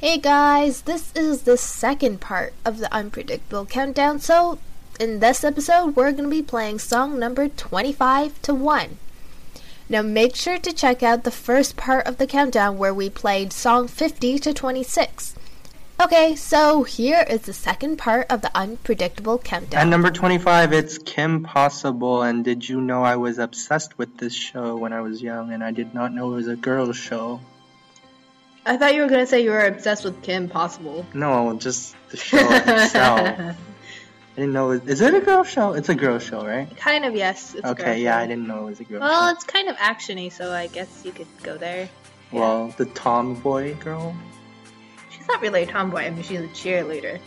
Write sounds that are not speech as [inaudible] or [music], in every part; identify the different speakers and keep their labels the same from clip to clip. Speaker 1: Hey guys, this is the second part of the Unpredictable Countdown. So, in this episode, we're going to be playing song number 25 to 1. Now, make sure to check out the first part of the countdown where we played song 50 to 26. Okay, so here is the second part of the Unpredictable
Speaker 2: At
Speaker 1: Countdown.
Speaker 2: number 25, it's Kim Possible. And did you know I was obsessed with this show when I was young and I did not know it was a girl's show?
Speaker 3: I thought you were gonna say you were obsessed with Kim Possible.
Speaker 2: No, just the show itself. I didn't know. It, is it a girl show? It's a girl show, right?
Speaker 3: Kind of, yes. It's a girl
Speaker 2: okay, yeah,
Speaker 3: show.
Speaker 2: I didn't know it was a girl
Speaker 3: Well,
Speaker 2: show.
Speaker 3: it's kind of actiony, so I guess you could go there.
Speaker 2: Well, the tomboy girl?
Speaker 3: She's not really a tomboy. I mean, she's a cheerleader.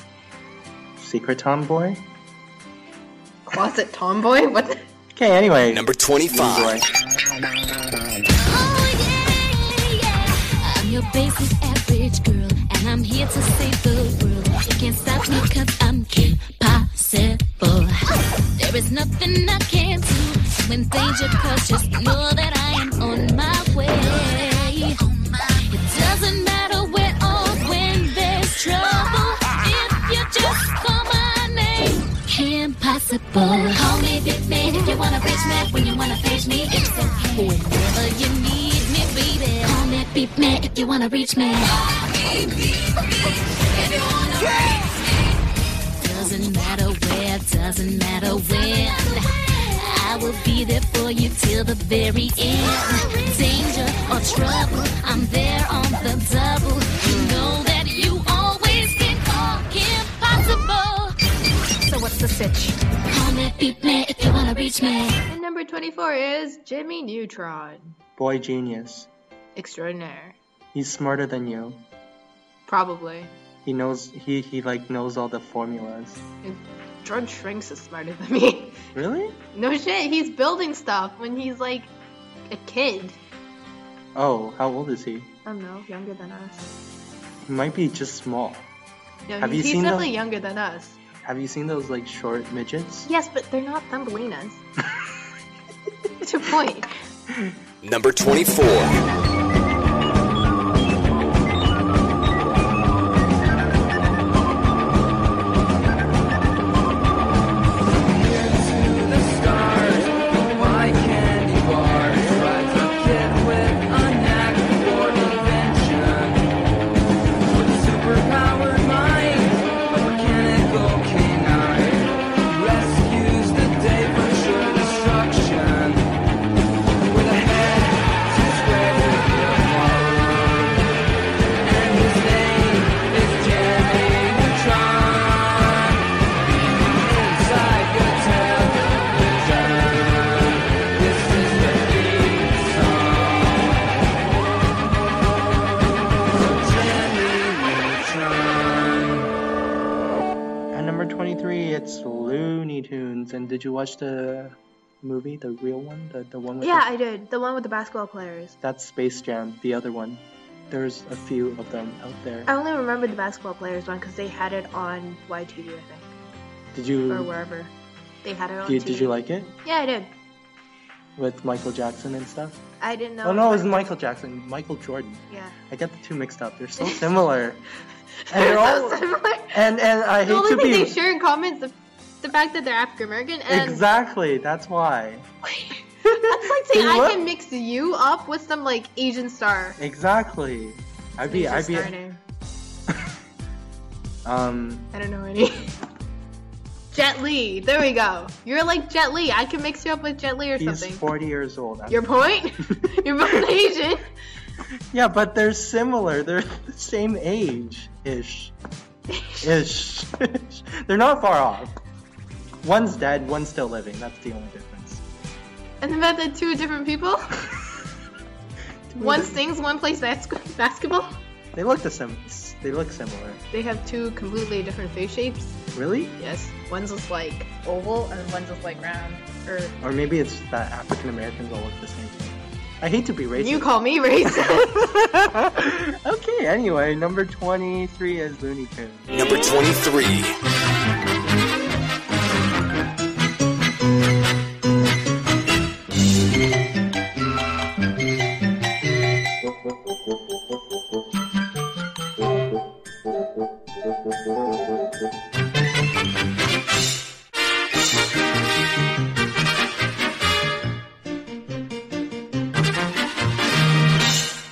Speaker 2: Secret tomboy?
Speaker 3: Closet tomboy? [laughs] What? The-
Speaker 2: Okay, anyway.
Speaker 4: Number 25.
Speaker 2: Enjoy.
Speaker 5: I'm your basic average girl, and I'm here to save the world. You can't stop me cause I'm Kim Possible. There is nothing I can't do. I'm in danger cause just know that I am on my way. It doesn't matter where or when there's trouble. If you just call my name, Kim Possible. Call me Big Man if you wanna reach me, when you wanna face me, it's okay. Whenever you need me, baby. Call me Big Man if you wanna reach me. Doesn't matter where, doesn't matter when. I will be there for you till the very end. Danger or trouble, I'm there on the double. You know that you always can call impossible. So what's the sitch? Call me, beat me if you wanna reach me.
Speaker 3: and number 24 is Jimmy Neutron.
Speaker 2: Boy genius.
Speaker 3: Extraordinaire.
Speaker 2: He's smarter than you.
Speaker 3: Probably.
Speaker 2: He knows. He he like knows all the formulas.
Speaker 3: George Shrinks is smarter than me. [laughs]
Speaker 2: Really?
Speaker 3: no shit, he's building stuff when he's like a kid.
Speaker 2: Oh, how old is he?
Speaker 3: I don't know, younger than us.
Speaker 2: He might be just small.
Speaker 3: No,
Speaker 2: Have
Speaker 3: he's,
Speaker 2: you
Speaker 3: he's
Speaker 2: seen the-
Speaker 3: definitely younger than us.
Speaker 2: Have you seen those like short midgets?
Speaker 3: Yes, but they're not
Speaker 2: [laughs]
Speaker 3: Thumbelinas. That's your point.
Speaker 4: Number 24.
Speaker 2: At number 23, it's Looney Tunes. And did you watch the movie, the real one? The, the one with
Speaker 3: Yeah,
Speaker 2: the-
Speaker 3: I did. The one with the basketball players.
Speaker 2: That's Space Jam, the other one. There's a few of them out there.
Speaker 3: I only remember the basketball players one because they had it on YTV, I think,
Speaker 2: Did
Speaker 3: or
Speaker 2: you,
Speaker 3: wherever. They had it on.
Speaker 2: Mm. did,
Speaker 3: TV.
Speaker 2: did you like it?
Speaker 3: Yeah, I did.
Speaker 2: With Michael Jackson and stuff?
Speaker 3: I didn't know.
Speaker 2: Oh no, it was Michael Jackson, Michael Jordan.
Speaker 3: Yeah.
Speaker 2: I get the two mixed up. They're
Speaker 3: [laughs]
Speaker 2: so similar. and they're
Speaker 3: So
Speaker 2: all
Speaker 3: similar.
Speaker 2: and and I
Speaker 3: The
Speaker 2: hate
Speaker 3: only
Speaker 2: to
Speaker 3: thing
Speaker 2: be
Speaker 3: they share in common is the, the fact that they're African American, and
Speaker 2: Exactly, that's why.
Speaker 3: [laughs] that's like saying I
Speaker 2: What?
Speaker 3: can mix you up with some like Asian star.
Speaker 2: Exactly. I'd be
Speaker 3: Asian
Speaker 2: I'd be
Speaker 3: star name.
Speaker 2: [laughs] um
Speaker 3: I don't know any. [laughs] Jet Li. There we go. You're like Jet Li. I can mix you up with Jet Li or
Speaker 2: he's
Speaker 3: something.
Speaker 2: 40 years old. I'm- [laughs]
Speaker 3: Your point? You're both Asian.
Speaker 2: Yeah, but they're similar. They're [laughs] the same age
Speaker 3: [laughs]
Speaker 2: ish. Ish. [laughs] they're not far off. One's dead, one's still living. That's the only difference.
Speaker 3: And the fact
Speaker 2: [laughs]
Speaker 3: that two different people. one sings, one plays bas- basketball.
Speaker 2: They look the sim. s- They look similar.
Speaker 3: They have two completely different face shapes.
Speaker 2: Really?
Speaker 3: Yes, one's just like oval and one's just like round. Or
Speaker 2: Or maybe it's that African Americans all look the same. I hate to be racist.
Speaker 3: you call me
Speaker 2: [laughs]
Speaker 3: racist.
Speaker 2: okay. Anyway, number twenty-three is Looney Tunes.
Speaker 6: Number 23.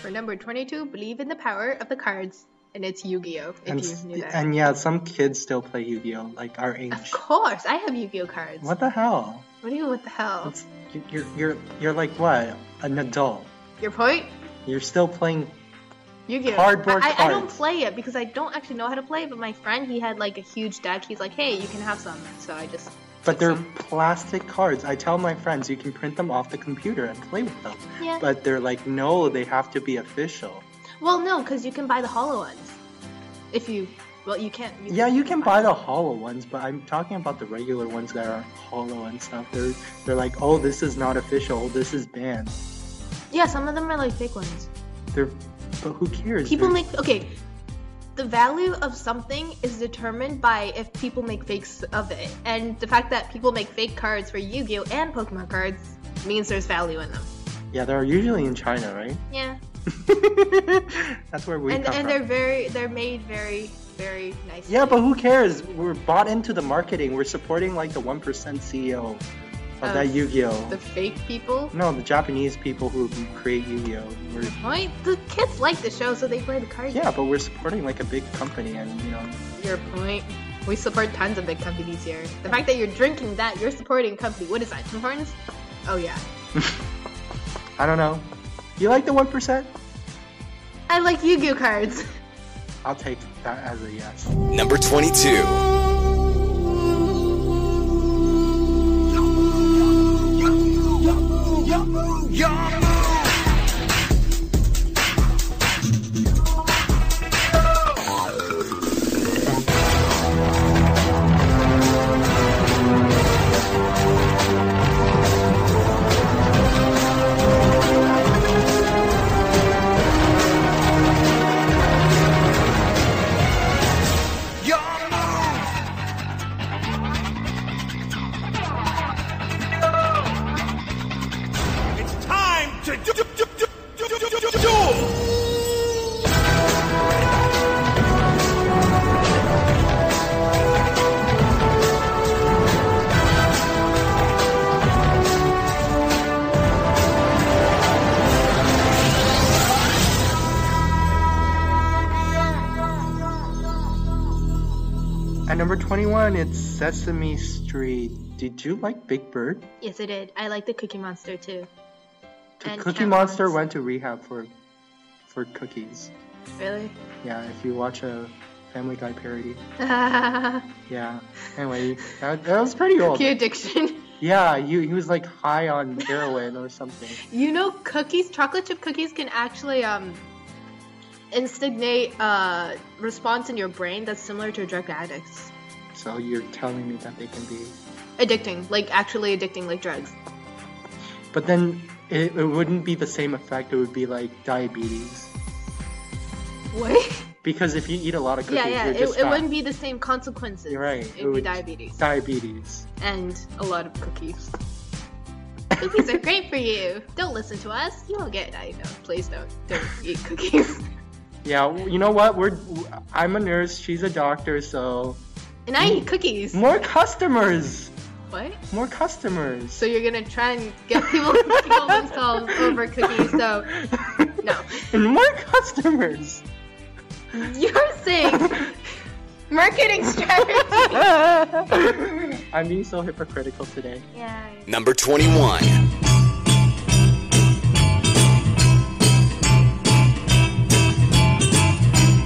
Speaker 3: For number twenty-two, believe in the power of the cards, and it's Yu-Gi-Oh. If
Speaker 2: And, s-
Speaker 3: you knew that.
Speaker 2: and yeah, some kids still play Yu-Gi-Oh, like our
Speaker 3: of
Speaker 2: age.
Speaker 3: course, I have Yu-Gi-Oh cards.
Speaker 2: What the hell?
Speaker 3: What do you? What the hell?
Speaker 2: It's, you- you're you're you're like what? An adult.
Speaker 3: Your point?
Speaker 2: You're still playing.
Speaker 3: Yu-Gi-Oh.
Speaker 2: Cardboard
Speaker 3: I, I, I don't
Speaker 2: cards.
Speaker 3: play it because I don't actually know how to play. it, But my friend, he had like a huge deck. He's like, "Hey, you can have some." So I just.
Speaker 2: But
Speaker 3: took
Speaker 2: they're
Speaker 3: some.
Speaker 2: plastic cards. I tell my friends you can print them off the computer and play with them.
Speaker 3: Yeah.
Speaker 2: But they're like, no, they have to be official.
Speaker 3: Well, no, because you can buy the hollow ones. If you, well, you can't. You
Speaker 2: Yeah, you can buy the hollow ones, but I'm talking about the regular ones that are hollow and stuff. They're they're like, oh, this is not official. This is banned.
Speaker 3: Yeah, some of them are like fake ones.
Speaker 2: They're, but who cares?
Speaker 3: People
Speaker 2: They're-
Speaker 3: make okay. The value of something is determined by if people make fakes of it, and the fact that people make fake cards for Yu-Gi-Oh and Pokemon cards means there's value in them.
Speaker 2: Yeah, they're usually in China, right?
Speaker 3: Yeah,
Speaker 2: [laughs] That's where we
Speaker 3: and
Speaker 2: come
Speaker 3: and
Speaker 2: from.
Speaker 3: they're very they're made very very nice.
Speaker 2: Yeah, but who cares? We're bought into the marketing. We're supporting like the one percent CEO of
Speaker 3: Of
Speaker 2: that Yu-Gi-Oh.
Speaker 3: the fake people.
Speaker 2: No, the Japanese people who create Yu-Gi-Oh. We're,
Speaker 3: Point. The kids like the show, so they play the cards.
Speaker 2: yeah, but we're supporting like a big company, and you know,
Speaker 3: Your point. We support tons of big companies here. The fact that you're drinking that, you're supporting a company. What is that? Tim Hortons? Oh yeah.
Speaker 2: I don't know. You like the one percent?
Speaker 3: I like Yu-Gi-Oh cards.
Speaker 2: I'll take that as a yes.
Speaker 6: Number 22.
Speaker 7: It's time to do, do, do, do, do, do, do, do, do.
Speaker 2: At number twenty-one, it's Sesame Street. Did you like Big Bird?
Speaker 3: [laughs] Yes, I did. I like the Cookie Monster too.
Speaker 2: The
Speaker 3: And
Speaker 2: Cookie
Speaker 3: Cat
Speaker 2: Monster
Speaker 3: Monster.
Speaker 2: went to rehab for for cookies.
Speaker 3: Really?
Speaker 2: Yeah, if you watch a Family Guy
Speaker 3: [laughs]
Speaker 2: parody. Yeah. Anyway, that, that was pretty old.
Speaker 3: Cookie addiction. [laughs]
Speaker 2: Yeah, you, he was like high on heroin or something.
Speaker 3: You know, cookies, chocolate chip cookies, can actually um instigate uh response in your brain that's similar to drug addicts.
Speaker 2: So you're telling me that they can be.
Speaker 3: Addicting, like actually addicting, like drugs.
Speaker 2: But then it, it wouldn't be the same effect. It would be like diabetes.
Speaker 3: What? [laughs]
Speaker 2: Because if you eat a lot of cookies,
Speaker 3: yeah, yeah.
Speaker 2: you're
Speaker 3: It,
Speaker 2: just
Speaker 3: it
Speaker 2: fat.
Speaker 3: wouldn't be the same consequences.
Speaker 2: You're right.
Speaker 3: It would be diabetes
Speaker 2: Diabetes.
Speaker 3: and a lot of cookies. cookies are great for you. Don't listen to us. You'll get. I know. Please don't. Don't eat cookies.
Speaker 2: Yeah, w- you know what? We're I'm a nurse. She's a doctor. So
Speaker 3: And I eat cookies.
Speaker 2: more customers.
Speaker 3: What?
Speaker 2: More customers. [laughs]
Speaker 3: So you're gonna try and get people to kill themselves over cookies? So no.
Speaker 2: and more [laughs] customers.
Speaker 3: You're saying marketing [laughs] strategy.
Speaker 2: I'm being so hypocritical today.
Speaker 3: Yeah.
Speaker 6: Number 21.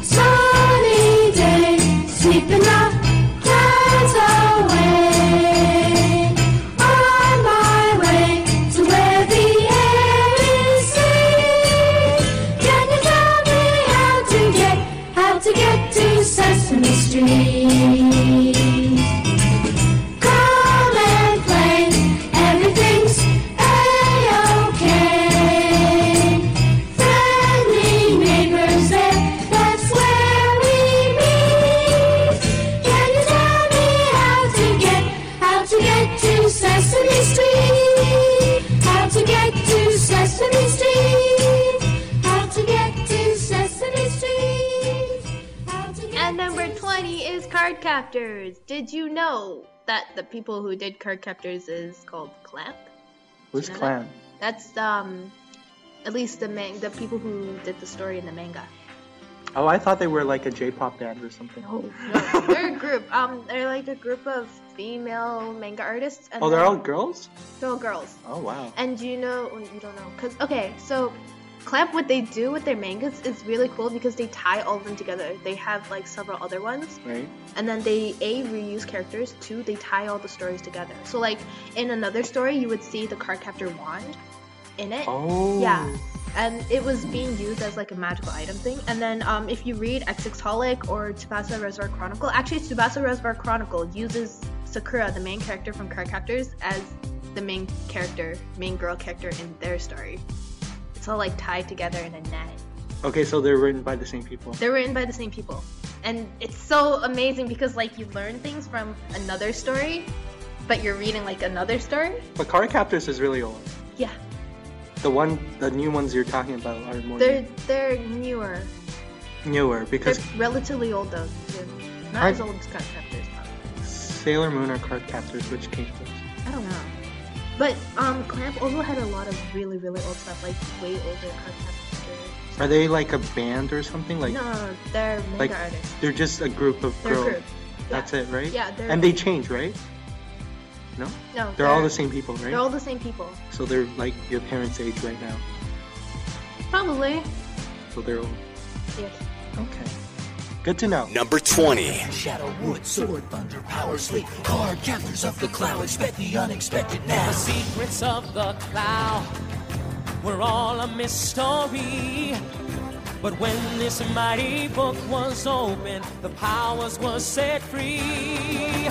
Speaker 8: Sunny day, sleeping up, clouds away. On my way to where the air is safe. Can you tell me how to get
Speaker 9: dreams. Come and play, everything's a-okay. Friendly neighbors there, that's where we meet. Can you tell me how to get, how to get to Sesame Street? How to get to Sesame Street? How to get to Sesame Street? How to get
Speaker 3: At number
Speaker 9: to
Speaker 3: 20 is card captors. Did you know that the people who did card captors is called Clamp?
Speaker 2: Who's
Speaker 3: Another?
Speaker 2: Clan?
Speaker 3: That's um at least the man the people who did the story in the manga.
Speaker 2: Oh, I thought they were like a J-pop band or something.
Speaker 3: No,
Speaker 2: Oh.
Speaker 3: no. they're a group. Um they're like a group of female manga artists and
Speaker 2: Oh, they're all
Speaker 3: then-
Speaker 2: girls?
Speaker 3: they're all girls.
Speaker 2: Oh, wow.
Speaker 3: And do you know, well, you don't know, because okay, so Clamp, what they do with their mangas is really cool because they tie all of them together. They have like several other ones,
Speaker 2: Right?
Speaker 3: and then they a reuse characters. Two, they tie all the stories together. So like in another story, you would see the card captor wand in it.
Speaker 2: Oh.
Speaker 3: Yeah. And it was being used as like a magical item thing. And then um, if you read X6 Holic or Tsubasa Reservoir Chronicle, actually Tsubasa Reservoir Chronicle uses Sakura, the main character from Card Captors, as the main character, main girl character in their story. It's all like tied together in a net.
Speaker 2: Okay, so they're written by the same people.
Speaker 3: They're written by the same people. And it's so amazing because like you learn things from another story, but you're reading like another story.
Speaker 2: But Card Captors is really old.
Speaker 3: Yeah.
Speaker 2: The one, the new ones you're talking about are more
Speaker 3: They're they're newer.
Speaker 2: newer because
Speaker 3: They're relatively old though. Too. Not
Speaker 2: I-
Speaker 3: as old as Contractors.
Speaker 2: Sailor Moon or Card Captors, which came first?
Speaker 3: I don't know. But um, Clamp also had a lot of really, really old stuff, like way older Contractors.
Speaker 2: Are they like a band or something? Like,
Speaker 3: No, they're manga
Speaker 2: like
Speaker 3: artists.
Speaker 2: they're just a group of
Speaker 3: They're a
Speaker 2: girls.
Speaker 3: group.
Speaker 2: That's
Speaker 3: Yeah.
Speaker 2: it, right?
Speaker 3: Yeah, they're-
Speaker 2: and they change, right? No,
Speaker 3: No,
Speaker 2: they're, all the same people, right?
Speaker 3: They're all the same people.
Speaker 2: So they're like your parents' age right now.
Speaker 3: Probably.
Speaker 2: So they're old.
Speaker 3: Yes.
Speaker 2: Okay, good to know.
Speaker 10: Number 20.
Speaker 7: Shadow, wood, sword, thunder, power, sleep, card, captors of the cloud, expect the unexpected now. The secrets of the cloud were all a mystery. But when this mighty book was opened, the powers were set free.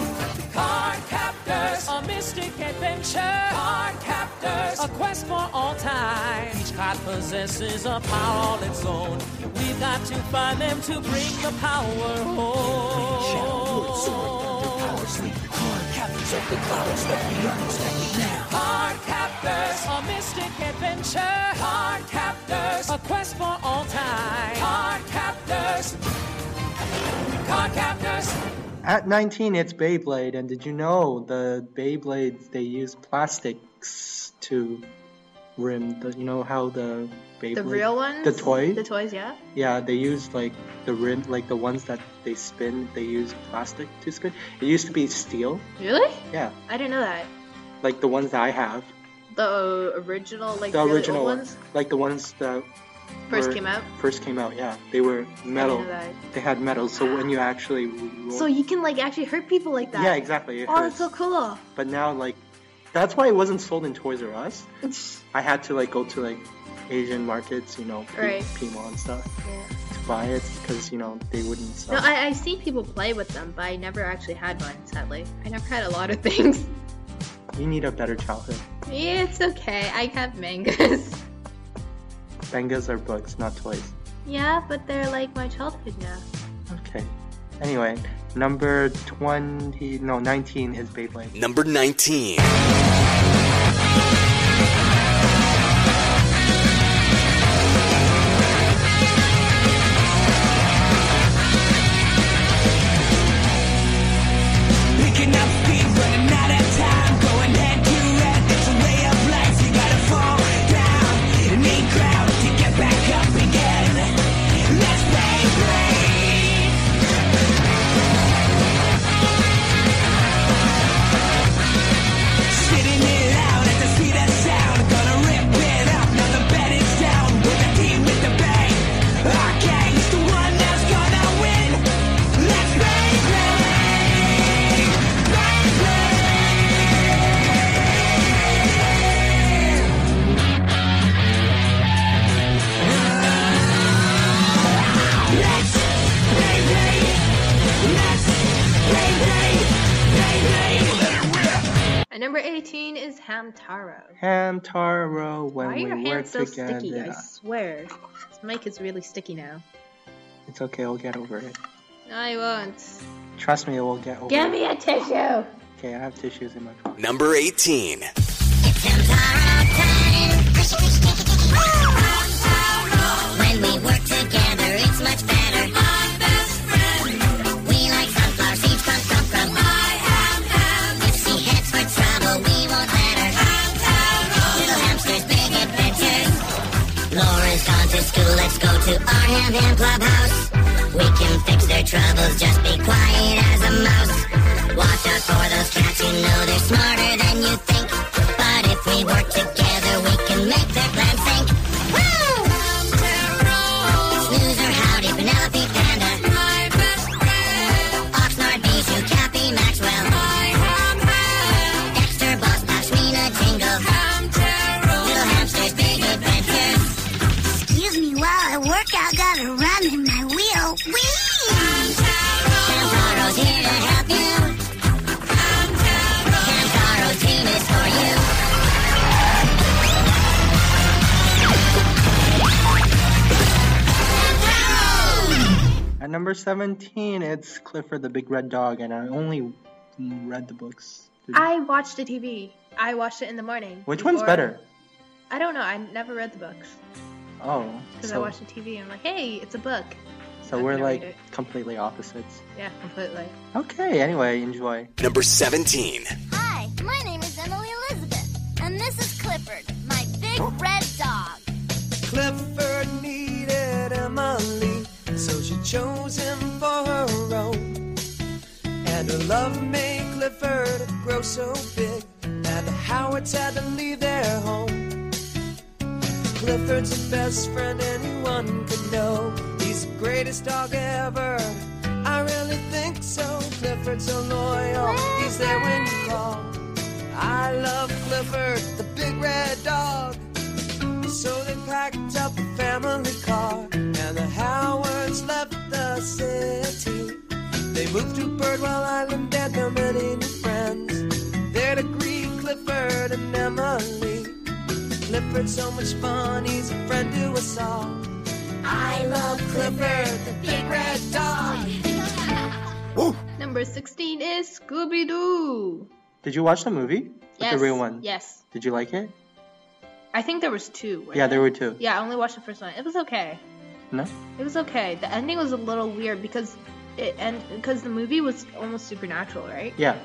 Speaker 7: Card captors, a mystic adventure. Card captors, a quest for all time. Each card possesses a power all its own. We've got to find them to bring the power home. Card captors, a mystic adventure. Card captors, a quest for all time. Card captors, card captors.
Speaker 2: At 19, it's Beyblade, and did you know the Beyblades they use plastics to rim the? You know how the Beyblade,
Speaker 3: The real ones.
Speaker 2: the toy,
Speaker 3: The toys, yeah.
Speaker 2: Yeah, they use like the rim, like the ones that they spin. They use plastic to spin. It used to be steel.
Speaker 3: Really?
Speaker 2: Yeah,
Speaker 3: I didn't know that.
Speaker 2: like the ones that I have,
Speaker 3: The original, like
Speaker 2: the
Speaker 3: really
Speaker 2: original
Speaker 3: old
Speaker 2: ones,
Speaker 3: ones,
Speaker 2: like the ones that
Speaker 3: first
Speaker 2: were-
Speaker 3: came out.
Speaker 2: First came out, yeah. They were metal.
Speaker 3: know that.
Speaker 2: They had metal, so when you actually roll,
Speaker 3: So you can like actually hurt people like that.
Speaker 2: yeah, exactly. It
Speaker 3: Oh,
Speaker 2: hurts.
Speaker 3: that's so cool.
Speaker 2: But now, like, that's why it wasn't sold in Toys R Us. I had to like go to like Asian markets, you know, P-
Speaker 3: Right.
Speaker 2: Pima and stuff,
Speaker 3: Yeah.
Speaker 2: to buy it because you know they wouldn't sell.
Speaker 3: No, I, I see people play with them, but I never actually had one, sadly. I never had a lot of [laughs] things.
Speaker 2: you need a better childhood.
Speaker 3: Yeah, it's okay. I have mangas. [laughs]
Speaker 2: Bengas are books, not toys.
Speaker 3: yeah, but they're like my childhood now.
Speaker 2: Okay. Anyway, number 20, no, 19 is Beyblade.
Speaker 10: Number 19.
Speaker 7: Picking up speed, running out of time, going head to head. It's a way of life. You gotta fall down and need ground to get back up again. Let's play, play. Sitting here
Speaker 3: Number 18 is Hamtaro.
Speaker 2: Hamtaro, when
Speaker 3: Why are your
Speaker 2: we were
Speaker 3: hands so
Speaker 2: together.
Speaker 3: sticky? I swear. This mic is really sticky now.
Speaker 2: It's okay, we'll get over it.
Speaker 3: I won't.
Speaker 2: Trust me, we'll get over
Speaker 3: Give
Speaker 2: it.
Speaker 3: me a tissue!
Speaker 2: Okay, I have tissues in my pocket.
Speaker 6: Number 18.
Speaker 8: When we work together, it's much better. My best friend. We like sunflower seeds from from from. I am ham. If she heads for trouble, we won't let her. Little hamsters, big adventures. Laura's gone to school. Let's go to our ham ham clubhouse. We can fix their troubles. Just be quiet as a mouse. Watch out for those cats. You know they're smarter than you think. But if we work together, we can make their plans sink. Woo! Snoozer, howdy, Penelope Panda. My best friend. Oxnard, Bijou, Cappy, Maxwell. I am ham. Dexter, Boss, Pashmina, Jingle. Hamtaro. Little hamsters, big adventures. Excuse me while I work, I gotta run in my wheel. Whee! Hamtaro's here to help you. Hamtaro's team is for you.
Speaker 2: At number 17, it's Clifford the Big Red Dog, and I only read the books. Did you-
Speaker 3: I watched the TV. I watched it in the morning.
Speaker 2: Which one's
Speaker 3: before-
Speaker 2: better?
Speaker 3: I don't know. I never read the books
Speaker 2: Oh,
Speaker 3: because I
Speaker 2: so,
Speaker 3: watched the TV. and I'm like, hey, it's a book.
Speaker 2: so
Speaker 3: I'm
Speaker 2: we're
Speaker 3: gonna read
Speaker 2: like
Speaker 3: it.
Speaker 2: completely opposites.
Speaker 3: Yeah, completely.
Speaker 2: Okay, anyway, enjoy.
Speaker 6: Number 17.
Speaker 8: Hi, my name is Emily Elizabeth, and this is Clifford, my big red dog.
Speaker 11: Clifford needed Emily, so she chose him for her own. And her love made Clifford grow so big that the Howards had to leave their home. Clifford's the best friend anyone could know. He's the greatest dog ever. I really think so. Clifford's so loyal. He's there when you call. I love Clifford, the big red dog. So they packed up a family car and the Howards left the city. They moved to Birdwell Island and they made new friends. There to greet Clifford and Emily. Clifford's so much fun, he's a friend to us all. I love Clifford, the big red dog.
Speaker 3: Number 16 is Scooby Doo.
Speaker 2: Did you watch the movie? Like
Speaker 3: Yes.
Speaker 2: The real one?
Speaker 3: Yes.
Speaker 2: Did you like it?
Speaker 3: I think there was two. weren't
Speaker 2: Yeah, there were two.
Speaker 3: Yeah, I only watched the first one. It was okay.
Speaker 2: No?
Speaker 3: It was okay. The ending was a little weird because it and because the movie was almost supernatural, right?
Speaker 2: Yeah.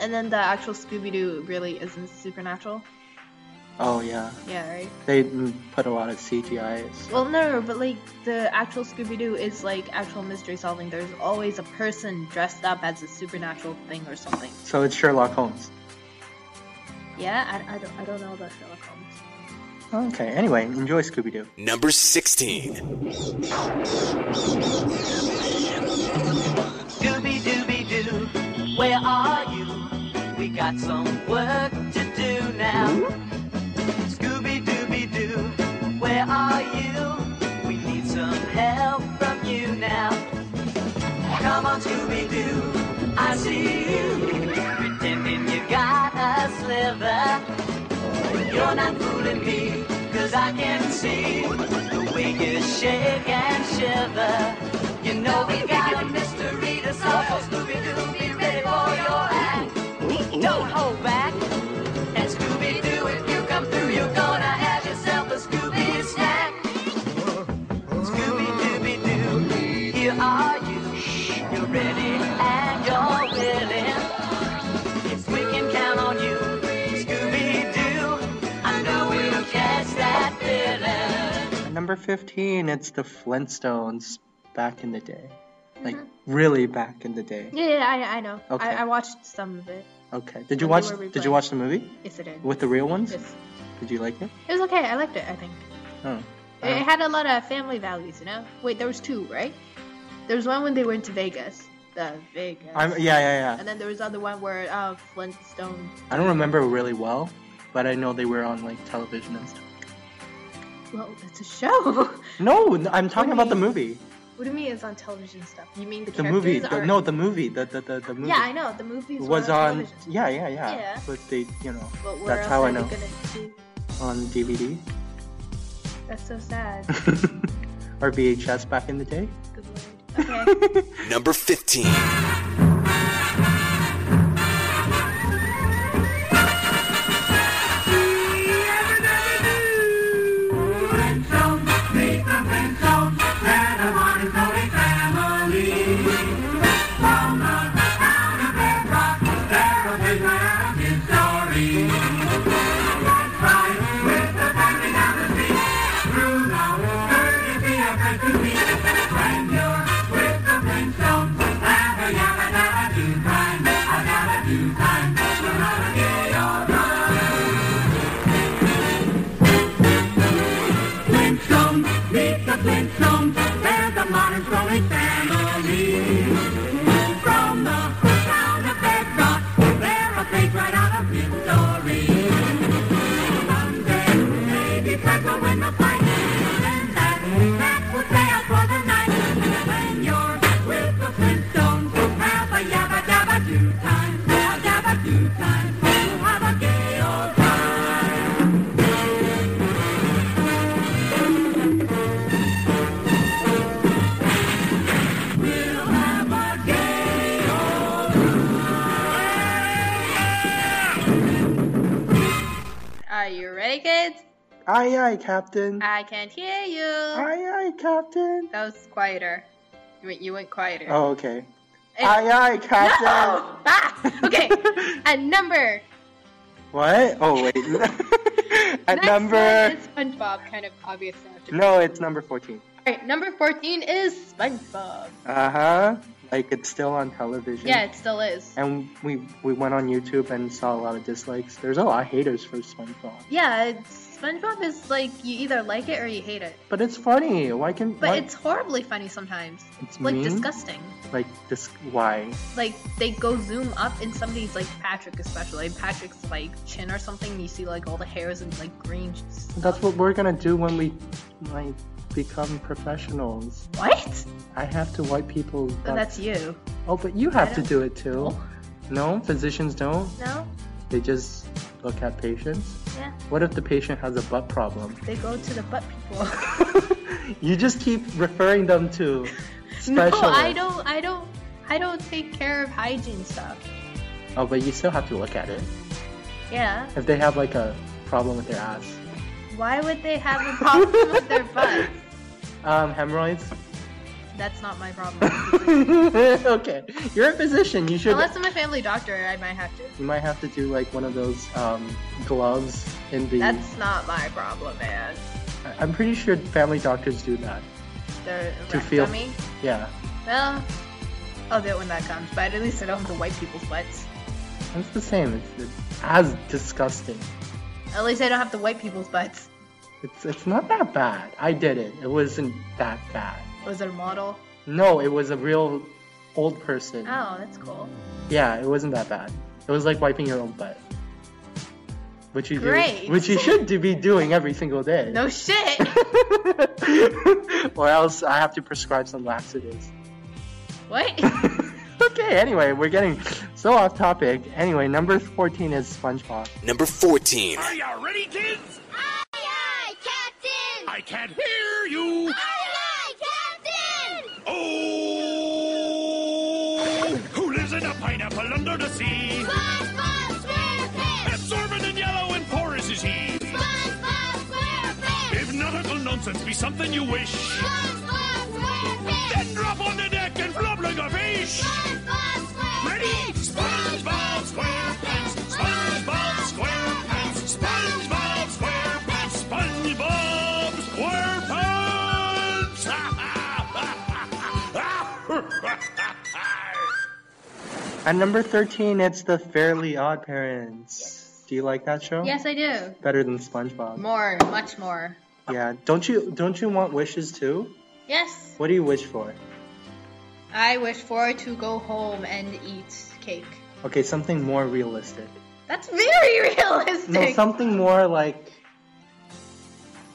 Speaker 3: And then the actual Scooby Doo really isn't supernatural.
Speaker 2: Oh, yeah.
Speaker 3: Yeah, right.
Speaker 2: They mm, put a lot of CGIs.
Speaker 3: Well, no, but like the actual Scooby Doo is like actual mystery solving. There's always a person dressed up as a supernatural thing or something.
Speaker 2: So it's Sherlock Holmes.
Speaker 3: Yeah, I, I don't I don't know about Sherlock Holmes.
Speaker 2: Okay, anyway, enjoy Scooby Doo.
Speaker 6: Number 16.
Speaker 11: Dooby dooby doo, where are you? We got some work to do now. Scooby dooby doo, where are you? We need some help from you now. Come on, Scooby Doo, I see you. Pretending you got a sliver. You're not fooling me, cause I can see the way you shake and shiver. You know we got a mystery to solve, so Scooby Doo, be ready for your act. Don't hold back. And Scooby Doo, if you come through, you're gonna have yourself a Scooby snack. Scooby Dooby Doo, here are you. You're ready and you're willing. If we can count on you, Scooby Doo, I know we'll catch that feeling.
Speaker 2: At number 15, it's the Flintstones back in the day. Like,
Speaker 3: Mm-hmm.
Speaker 2: really back in the day.
Speaker 3: Yeah, yeah, I, I know.
Speaker 2: Okay.
Speaker 3: I, I watched some of it.
Speaker 2: Okay. Did you
Speaker 3: When
Speaker 2: watch
Speaker 3: they were
Speaker 2: Did you
Speaker 3: replaying.
Speaker 2: watch the movie
Speaker 3: Yes, I did.
Speaker 2: with the real ones?
Speaker 3: Yes.
Speaker 2: Did you like it?
Speaker 3: It was okay. I liked it. I think
Speaker 2: Oh.
Speaker 3: it, it had a lot of family values. You know. Wait, there was two, right? There was one when they went to Vegas. The Vegas.
Speaker 2: I'm, yeah, yeah, yeah.
Speaker 3: And then there was other one where uh, Flintstone.
Speaker 2: I don't remember really well, but I know they were on like television and stuff.
Speaker 3: Well, it's a show. [laughs]
Speaker 2: No, n- I'm talking
Speaker 3: What
Speaker 2: about
Speaker 3: do
Speaker 2: the movie.
Speaker 3: What do you mean it's on television stuff? You mean the,
Speaker 2: The movie,
Speaker 3: characters
Speaker 2: the,
Speaker 3: are...
Speaker 2: no, the movie, the the the, the movie.
Speaker 3: Yeah, I know the movie
Speaker 2: Was on,
Speaker 3: television.
Speaker 2: yeah, yeah, yeah,
Speaker 3: Yeah.
Speaker 2: But they, you know,
Speaker 3: But where
Speaker 2: that's
Speaker 3: else
Speaker 2: how
Speaker 3: are
Speaker 2: I know.
Speaker 3: We gonna
Speaker 2: [laughs]
Speaker 3: see?
Speaker 2: On DVD
Speaker 3: That's
Speaker 2: [laughs]
Speaker 3: so sad.
Speaker 2: or VHS back in the day.
Speaker 3: Good lord. Okay.
Speaker 6: Number 15.
Speaker 3: Are you ready, kids?
Speaker 2: Aye, aye, Captain.
Speaker 3: I can't hear you.
Speaker 2: Aye, aye, Captain.
Speaker 3: That was quieter. You went, you went quieter.
Speaker 2: Oh, okay.
Speaker 3: Eh,
Speaker 2: Aye, aye, Captain.
Speaker 3: No! [laughs] Ah! Okay. At number.
Speaker 2: What? Oh
Speaker 3: [laughs]
Speaker 2: wait. At
Speaker 3: Next
Speaker 2: number.
Speaker 3: one is SpongeBob, kind of obvious after.
Speaker 2: No, it's number fourteen.
Speaker 3: Alright, number 14 is SpongeBob.
Speaker 2: Uh huh. Like it's still on television.
Speaker 3: Yeah, it still is.
Speaker 2: And we we went on YouTube and saw a lot of dislikes. There's a lot of haters for SpongeBob,
Speaker 3: Yeah, it's, SpongeBob is like you either like it or you hate it.
Speaker 2: but it's funny. Why can?
Speaker 3: But
Speaker 2: why-
Speaker 3: it's horribly funny sometimes.
Speaker 2: It's
Speaker 3: like
Speaker 2: mean?
Speaker 3: disgusting.
Speaker 2: like this. Why?
Speaker 3: Like they go zoom up in somebody's like Patrick especially, and Patrick's like chin or something. and You see like all the hairs and like green. Stuff.
Speaker 2: That's what we're gonna do when we like become professionals.
Speaker 3: What?
Speaker 2: I have to wipe people.
Speaker 3: Oh, that's Oh. you.
Speaker 2: Oh, but you have to
Speaker 3: don't-
Speaker 2: do it too. No, physicians don't.
Speaker 3: No.
Speaker 2: They just look at patients.
Speaker 3: Yeah.
Speaker 2: What if the patient has a butt problem? [laughs]
Speaker 3: They go to the butt people. [laughs]
Speaker 2: you just keep referring them to
Speaker 3: no,
Speaker 2: specialists.
Speaker 3: I don't. I don't. I don't take care of hygiene stuff.
Speaker 2: Oh, but you still have to look at it.
Speaker 3: Yeah.
Speaker 2: If they have like a problem with their ass,
Speaker 3: Why would they have
Speaker 2: [laughs]
Speaker 3: a problem with their butts?
Speaker 2: um, hemorrhoids. [laughs]
Speaker 3: That's not my problem.
Speaker 2: okay, you're a physician. You should.
Speaker 3: Unless I'm a family doctor, I might have to.
Speaker 2: You might have to do like one of those um, gloves in the.
Speaker 3: That's not my problem, man.
Speaker 2: I- I'm pretty sure family doctors do that.
Speaker 3: They're a
Speaker 2: To
Speaker 3: rat
Speaker 2: feel-
Speaker 3: dummy.
Speaker 2: Yeah,
Speaker 3: Well, I'll do it when that comes, but at least I don't have to wipe people's butts.
Speaker 2: it's the same. It's, it's as disgusting.
Speaker 3: At least I don't have to wipe people's butts.
Speaker 2: It's it's not that bad. I did it. It wasn't that bad.
Speaker 3: Was it a model?
Speaker 2: No, it was a real old person.
Speaker 3: Oh, that's cool.
Speaker 2: Yeah, it wasn't that bad. It was like wiping your own butt. Which you
Speaker 3: Great.
Speaker 2: do, which you should do- be doing every single day.
Speaker 3: No shit!
Speaker 2: [laughs] or else I have to prescribe some laxatives. [laughs]
Speaker 3: what?
Speaker 2: Okay, anyway, we're getting so off topic. Anyway, number 14 is SpongeBob.
Speaker 6: Number 14.
Speaker 7: Are you ready, kids?
Speaker 8: Aye, aye, Captain!
Speaker 7: I can't hear you.
Speaker 8: Aye, aye, Captain!
Speaker 7: Oh! Who lives in a pineapple under the sea?
Speaker 8: SpongeBob SquarePants!
Speaker 7: Absorbent and yellow and porous is he.
Speaker 8: SpongeBob SquarePants!
Speaker 7: If nautical nonsense be something you wish,
Speaker 8: SpongeBob SquarePants!
Speaker 7: then drop on the deck and flop like a fish.
Speaker 8: SpongeBob
Speaker 7: Ready?
Speaker 8: SquarePants!
Speaker 7: SpongeBob SquarePants. SpongeBob
Speaker 8: [laughs]
Speaker 7: SquarePants. SpongeBob SquarePants. SpongeBob SquarePants.
Speaker 2: At number 13, it's The Fairly Odd Parents. Do you like that show?
Speaker 3: yes, I do.
Speaker 2: Better than SpongeBob.
Speaker 3: More, much more.
Speaker 2: Yeah. Don't you don't you want wishes too?
Speaker 3: Yes,
Speaker 2: What do you wish for?
Speaker 3: I wish for to go home and eat cake.
Speaker 2: Okay, something more realistic.
Speaker 3: That's very [laughs] realistic!
Speaker 2: No, something more like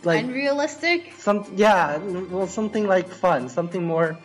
Speaker 2: like
Speaker 3: Unrealistic.
Speaker 2: some yeah, well something like fun, something more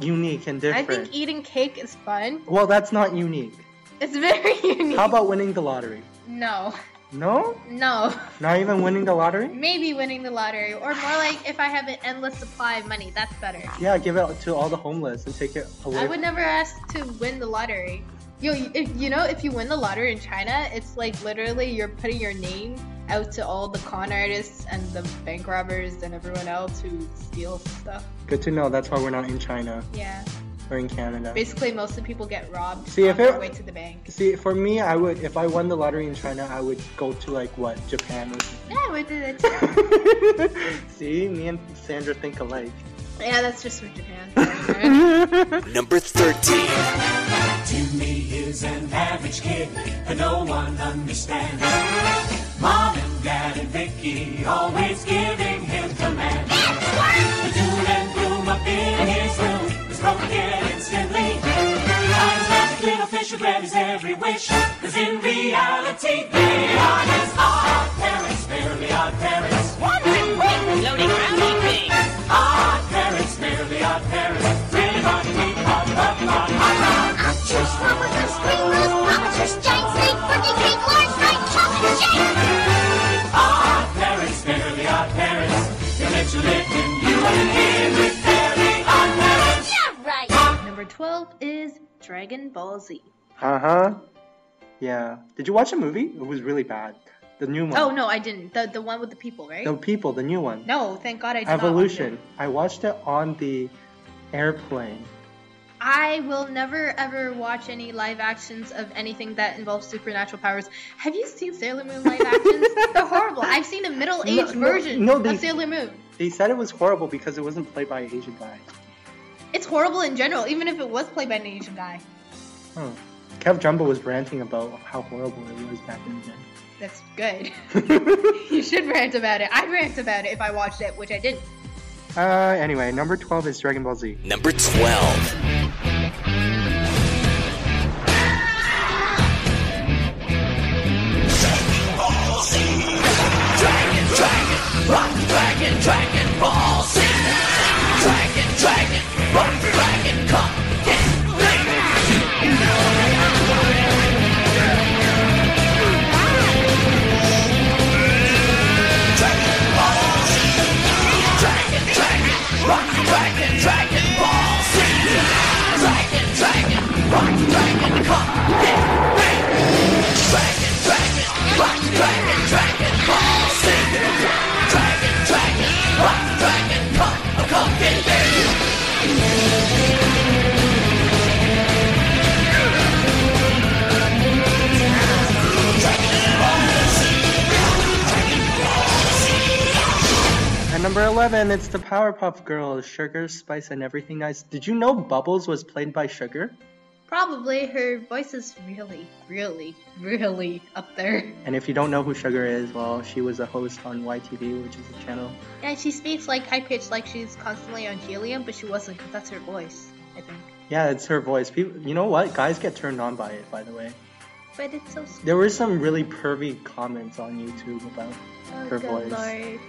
Speaker 2: unique and
Speaker 3: I
Speaker 2: different.
Speaker 3: think e- eating cake is fun.
Speaker 2: well, that's not unique.
Speaker 3: It's very [laughs] unique.
Speaker 2: How about winning the lottery?
Speaker 3: no,
Speaker 2: No?
Speaker 3: no.
Speaker 2: Not even winning the lottery?
Speaker 3: Maybe winning the lottery, or more like if I have an endless supply of money, that's better.
Speaker 2: Yeah, give it to all the homeless and take it away.
Speaker 3: I would never ask to win the lottery. Yo, if, you know, if you win the lottery in China, it's like literally you're putting your name out to all the con artists and the bank robbers and everyone else who steals stuff.
Speaker 2: Good to know. That's why we're not in China.
Speaker 3: Yeah.
Speaker 2: We're in Canada.
Speaker 3: Basically, most of the people get robbed
Speaker 2: See,
Speaker 3: on
Speaker 2: if
Speaker 3: their
Speaker 2: it-
Speaker 3: way to the bank.
Speaker 2: See, for me, I would if I won the lottery in China, I would go to like what Japan or
Speaker 3: Yeah, we did it. too.
Speaker 2: something. See, me and Sandra think alike.
Speaker 3: [laughs] yeah, that's just from [laughs] Japan. Sorry, man.
Speaker 6: Number 13.
Speaker 11: Timmy is an average kid that no one understands. Mom and Dad and Vicky always giving him commands. The doom and gloom up in his room is broken again instantly. Time's magic little fish who grant his every wish. Cause in reality, they are his odd parents, merely odd parents.
Speaker 8: Loading rounding thing.
Speaker 11: Odd parents, merely odd parents. Really funny, odd, odd, odd, odd, odd. Odd parents, merely odd parents. They let you live in you and in with very odd parents.
Speaker 3: Number 12 is Dragon Ball Z.
Speaker 2: Uh huh. Yeah. Did you watch a movie? It was really bad. The new one.
Speaker 3: Oh, no, I didn't. The, the one with the people, right?
Speaker 2: The people, the new one.
Speaker 3: No, thank God I did not watch it.
Speaker 2: Evolution. I watched it on the airplane.
Speaker 3: I will never ever watch any live actions of anything that involves supernatural powers. Have you seen Sailor Moon
Speaker 2: [laughs]
Speaker 3: live actions? They're horrible. I've seen a middle
Speaker 2: No,
Speaker 3: aged
Speaker 2: no,
Speaker 3: version
Speaker 2: no, they-
Speaker 3: of Sailor Moon.
Speaker 2: They said it was horrible because it wasn't played by an Asian guy.
Speaker 3: It's horrible in general, even if it was played by an Asian guy.
Speaker 2: Huh. Kev Jumbo was ranting about how horrible it was back in the day.
Speaker 3: That's good. [laughs] you should rant about it. I'd rant about it if I watched it, which I didn't.
Speaker 2: Uh, anyway, number 12 is Dragon Ball Z.
Speaker 6: Number 12.
Speaker 2: At number 11, it's the Powerpuff Girls, Sugar, Spice, and Everything Nice. Did you know Bubbles was played by Sugar?
Speaker 3: Probably her voice is really, really, really up there.
Speaker 2: And if you don't know who Sugar is, well, she was a host on YTV, which is a channel.
Speaker 3: And she speaks like high pitched, like she's constantly on helium, but she wasn't, because that's her voice, I think.
Speaker 2: Yeah, it's her voice. People, you know what? Guys get turned on by it, by the way.
Speaker 3: But it's so sweet.
Speaker 2: There were some really pervy comments on YouTube about
Speaker 3: Oh,
Speaker 2: her
Speaker 3: good
Speaker 2: voice.
Speaker 3: lord.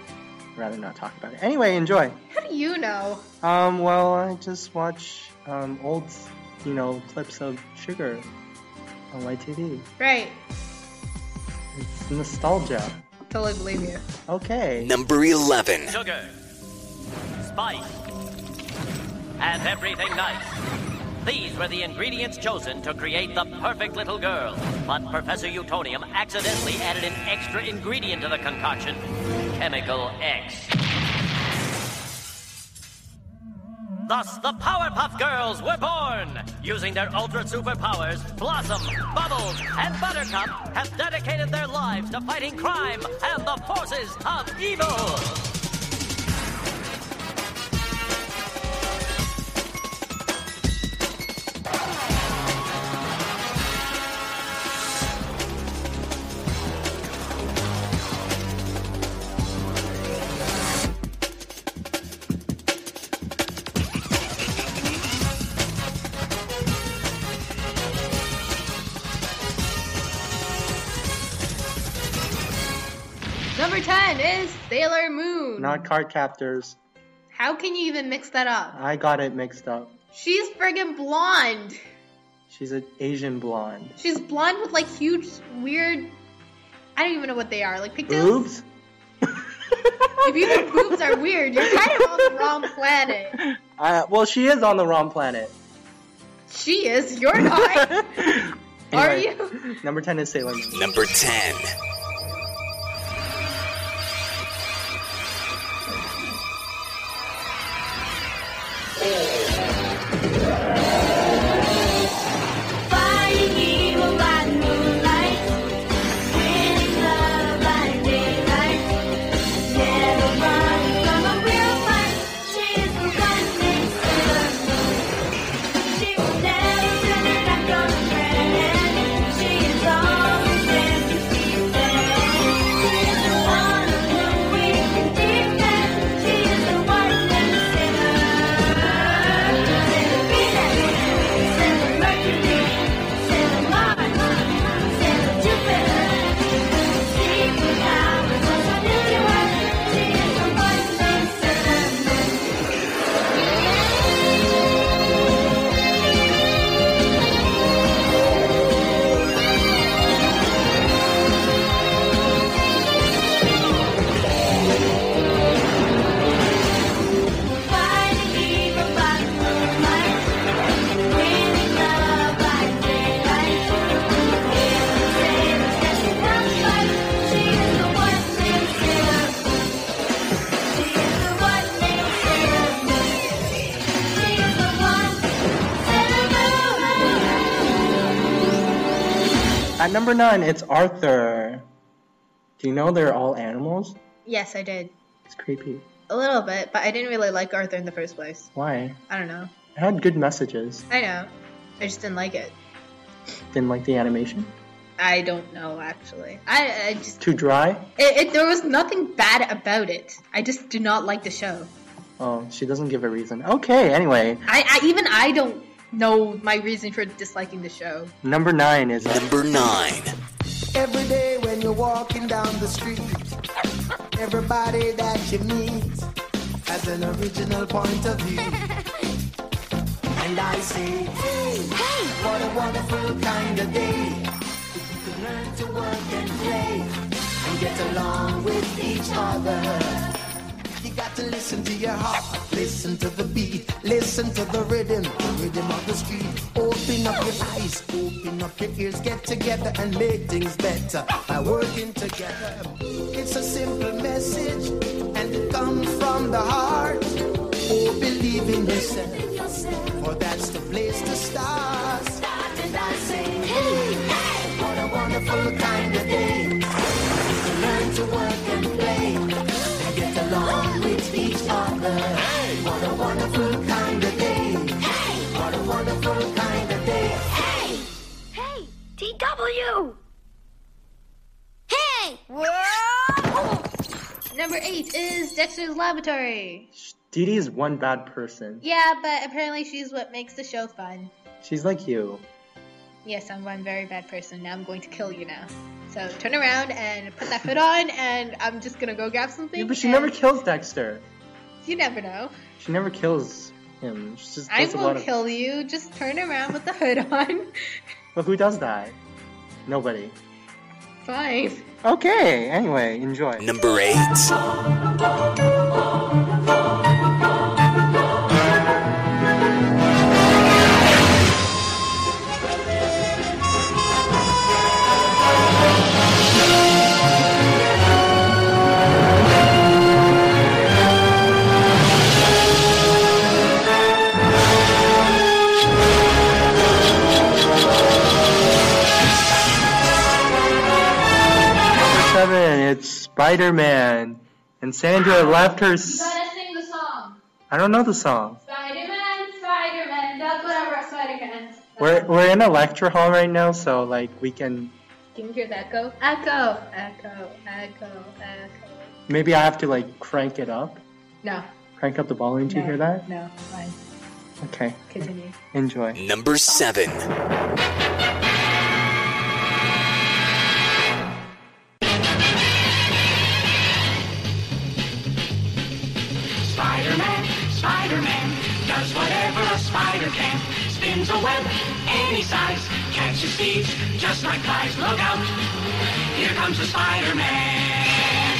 Speaker 2: Rather not talk about it. Anyway, enjoy.
Speaker 3: How do you know?
Speaker 2: Um, well, I just watch um, old, you know, clips of Sugar on YTV.
Speaker 3: Right.
Speaker 2: It's nostalgia.
Speaker 3: Totally believe you.
Speaker 2: Okay.
Speaker 6: Number 11.
Speaker 11: Sugar, spice, and everything nice. These were the ingredients chosen to create the perfect little girl. But Professor Utonium accidentally added an extra ingredient to the concoction Chemical X. Thus, the Powerpuff Girls were born! Using their ultra superpowers, Blossom, Bubbles, and Buttercup have dedicated their lives to fighting crime and the forces of
Speaker 8: [laughs]
Speaker 11: evil!
Speaker 3: Number 10 is Sailor Moon.
Speaker 2: not card captors.
Speaker 3: How can you even mix that up?
Speaker 2: I got it mixed up.
Speaker 3: She's friggin' blonde.
Speaker 2: She's an Asian blonde.
Speaker 3: She's blonde with like huge, weird. I don't even know what they are. Like pigtails.
Speaker 2: [laughs] Boobs?
Speaker 3: If you think boobs are weird, you're kind of on the wrong planet.
Speaker 2: Uh, well, she is on the wrong planet.
Speaker 3: She is. You're not. Are
Speaker 2: Anyway,
Speaker 3: you?
Speaker 2: Number 10 is Sailor Moon.
Speaker 6: Number 10.
Speaker 8: Fighting evil by moonlight, winning love by daylight, never running from a real fight. She is the running Sailor Moon. She will never turn her back on a friend. She is always there to defend. She is the one who we can defend. She is the one that Sailor. Sailor Venus. Sailor Mercury, Sailor Mars, Sailor Jupiter. Secret powers of the universe. She is the one named Sailor Moon. Fighting evil by moonlight. Winning love by daylight. Here's the sailor that she won't fight. She is the one named Sailor Moon. She is the one named Sailor Moon. She is the one Sailor Moon.
Speaker 2: At number 9, it's Arthur. Do you know they're all animals?
Speaker 3: Yes, I did.
Speaker 2: It's creepy.
Speaker 3: A little bit, but I didn't really like Arthur in the first place.
Speaker 2: Why?
Speaker 3: I don't know.
Speaker 2: It had good messages.
Speaker 3: I know. I just didn't like it.
Speaker 2: Didn't like the animation.
Speaker 3: I don't know, actually. I, I just.
Speaker 2: Too dry?
Speaker 3: It, it, there was nothing bad about it. I just do not like the show.
Speaker 2: Oh, she doesn't give a reason. Okay, anyway.
Speaker 3: I, I even I don't know my reason for disliking the show.
Speaker 2: Number 9 is
Speaker 6: Number 9.
Speaker 12: Every day when you're walking down the street, everybody that you meet has an original point of [laughs] view. And I say, hey, hey, what a wonderful kind of day. If you could learn to work and play and get along with each other. You got to listen to your heart, listen to the beat, listen to the rhythm, the rhythm of the street. Open up your eyes, open up your ears, get together and make things better by working together. It's a simple message and it comes from the heart. Oh, believe in yourself, for that's the place to start. And I say, hey, hey, what a wonderful kind of day. You can learn to work and play and get along with each other. What a wonderful kind of day. What a wonderful kind of day.
Speaker 8: Hey, TW! Hey!
Speaker 3: Number eight is Dexter's Laboratory.
Speaker 2: Dee Dee's one bad person.
Speaker 3: Yeah, but apparently she's what makes the show fun.
Speaker 2: She's like you.
Speaker 3: Yes, I'm one very bad person. Now I'm going to kill you now. So turn around and put that foot on, and I'm just gonna go grab something.
Speaker 2: Yeah, but she
Speaker 3: and-
Speaker 2: never kills Dexter.
Speaker 3: You never know.
Speaker 2: She never kills him. She just
Speaker 3: I
Speaker 2: does a lot
Speaker 3: will
Speaker 2: of.
Speaker 3: kill you. Just turn around with the hood [laughs] on.
Speaker 2: But who does that? Nobody.
Speaker 3: Fine.
Speaker 2: Okay, anyway, enjoy.
Speaker 6: Number 8.
Speaker 2: Seven, it's Spider Man. And Sandra left her. S-
Speaker 3: sing the song.
Speaker 2: I don't know the song.
Speaker 3: Spider-Man, Spider-Man, that's what I wrote, Spider-Man.
Speaker 2: We're, we're in a lecture hall right now, so like we can.
Speaker 3: Can you hear that go? Echo, echo, echo, echo.
Speaker 2: Maybe I have to like crank it up.
Speaker 3: No.
Speaker 2: Crank up the volume. Do you hear that?
Speaker 3: No, fine.
Speaker 2: Okay,
Speaker 3: Continue.
Speaker 2: enjoy.
Speaker 6: Number 7.
Speaker 7: camp spins a web any size, catches thieves just like flies. Look out! Here comes the Spider-Man.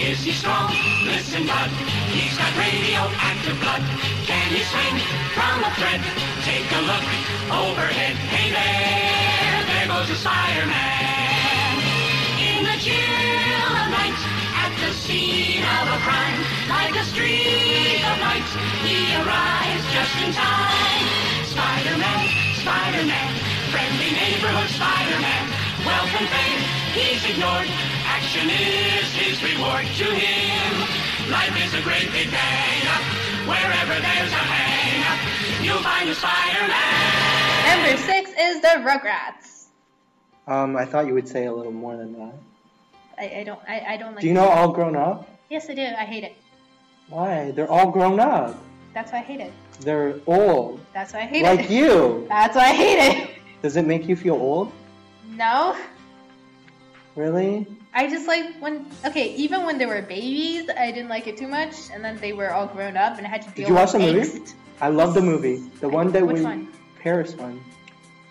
Speaker 7: Is he strong? Listen, bud. He's got radioactive blood. Can he swing from a thread? Take a look overhead. Hey there, there goes the Spider-Man. In the chill of night, at the scene of a crime, like a streak of light, he arrives just in time. Spider-Man, Spider-Man, friendly neighborhood Spider-Man. Wealth and fame, he's ignored. Action is his reward to him. Life is a great big bang-up. Wherever there's a hang-up, you'll find a Spider-Man.
Speaker 3: Number six is the Rugrats.
Speaker 2: Um, I thought you would say a little more than that.
Speaker 3: I, I don't I, I don't like
Speaker 2: Do you know All Grown Up?
Speaker 3: Yes I do, I hate it.
Speaker 2: Why? They're all grown up.
Speaker 3: That's why I hate it.
Speaker 2: They're old.
Speaker 3: That's why I hate it.
Speaker 2: Like you.
Speaker 3: [laughs] That's why I hate it.
Speaker 2: Does it make you feel old?
Speaker 3: No.
Speaker 2: Really?
Speaker 3: I just like when okay, even when they were babies, I didn't like it too much, and then they were all grown up and I had to deal
Speaker 2: Did you
Speaker 3: with
Speaker 2: watch the movie?
Speaker 3: angst.
Speaker 2: I love the movie. The one that
Speaker 3: which
Speaker 2: we
Speaker 3: one?
Speaker 2: Paris one.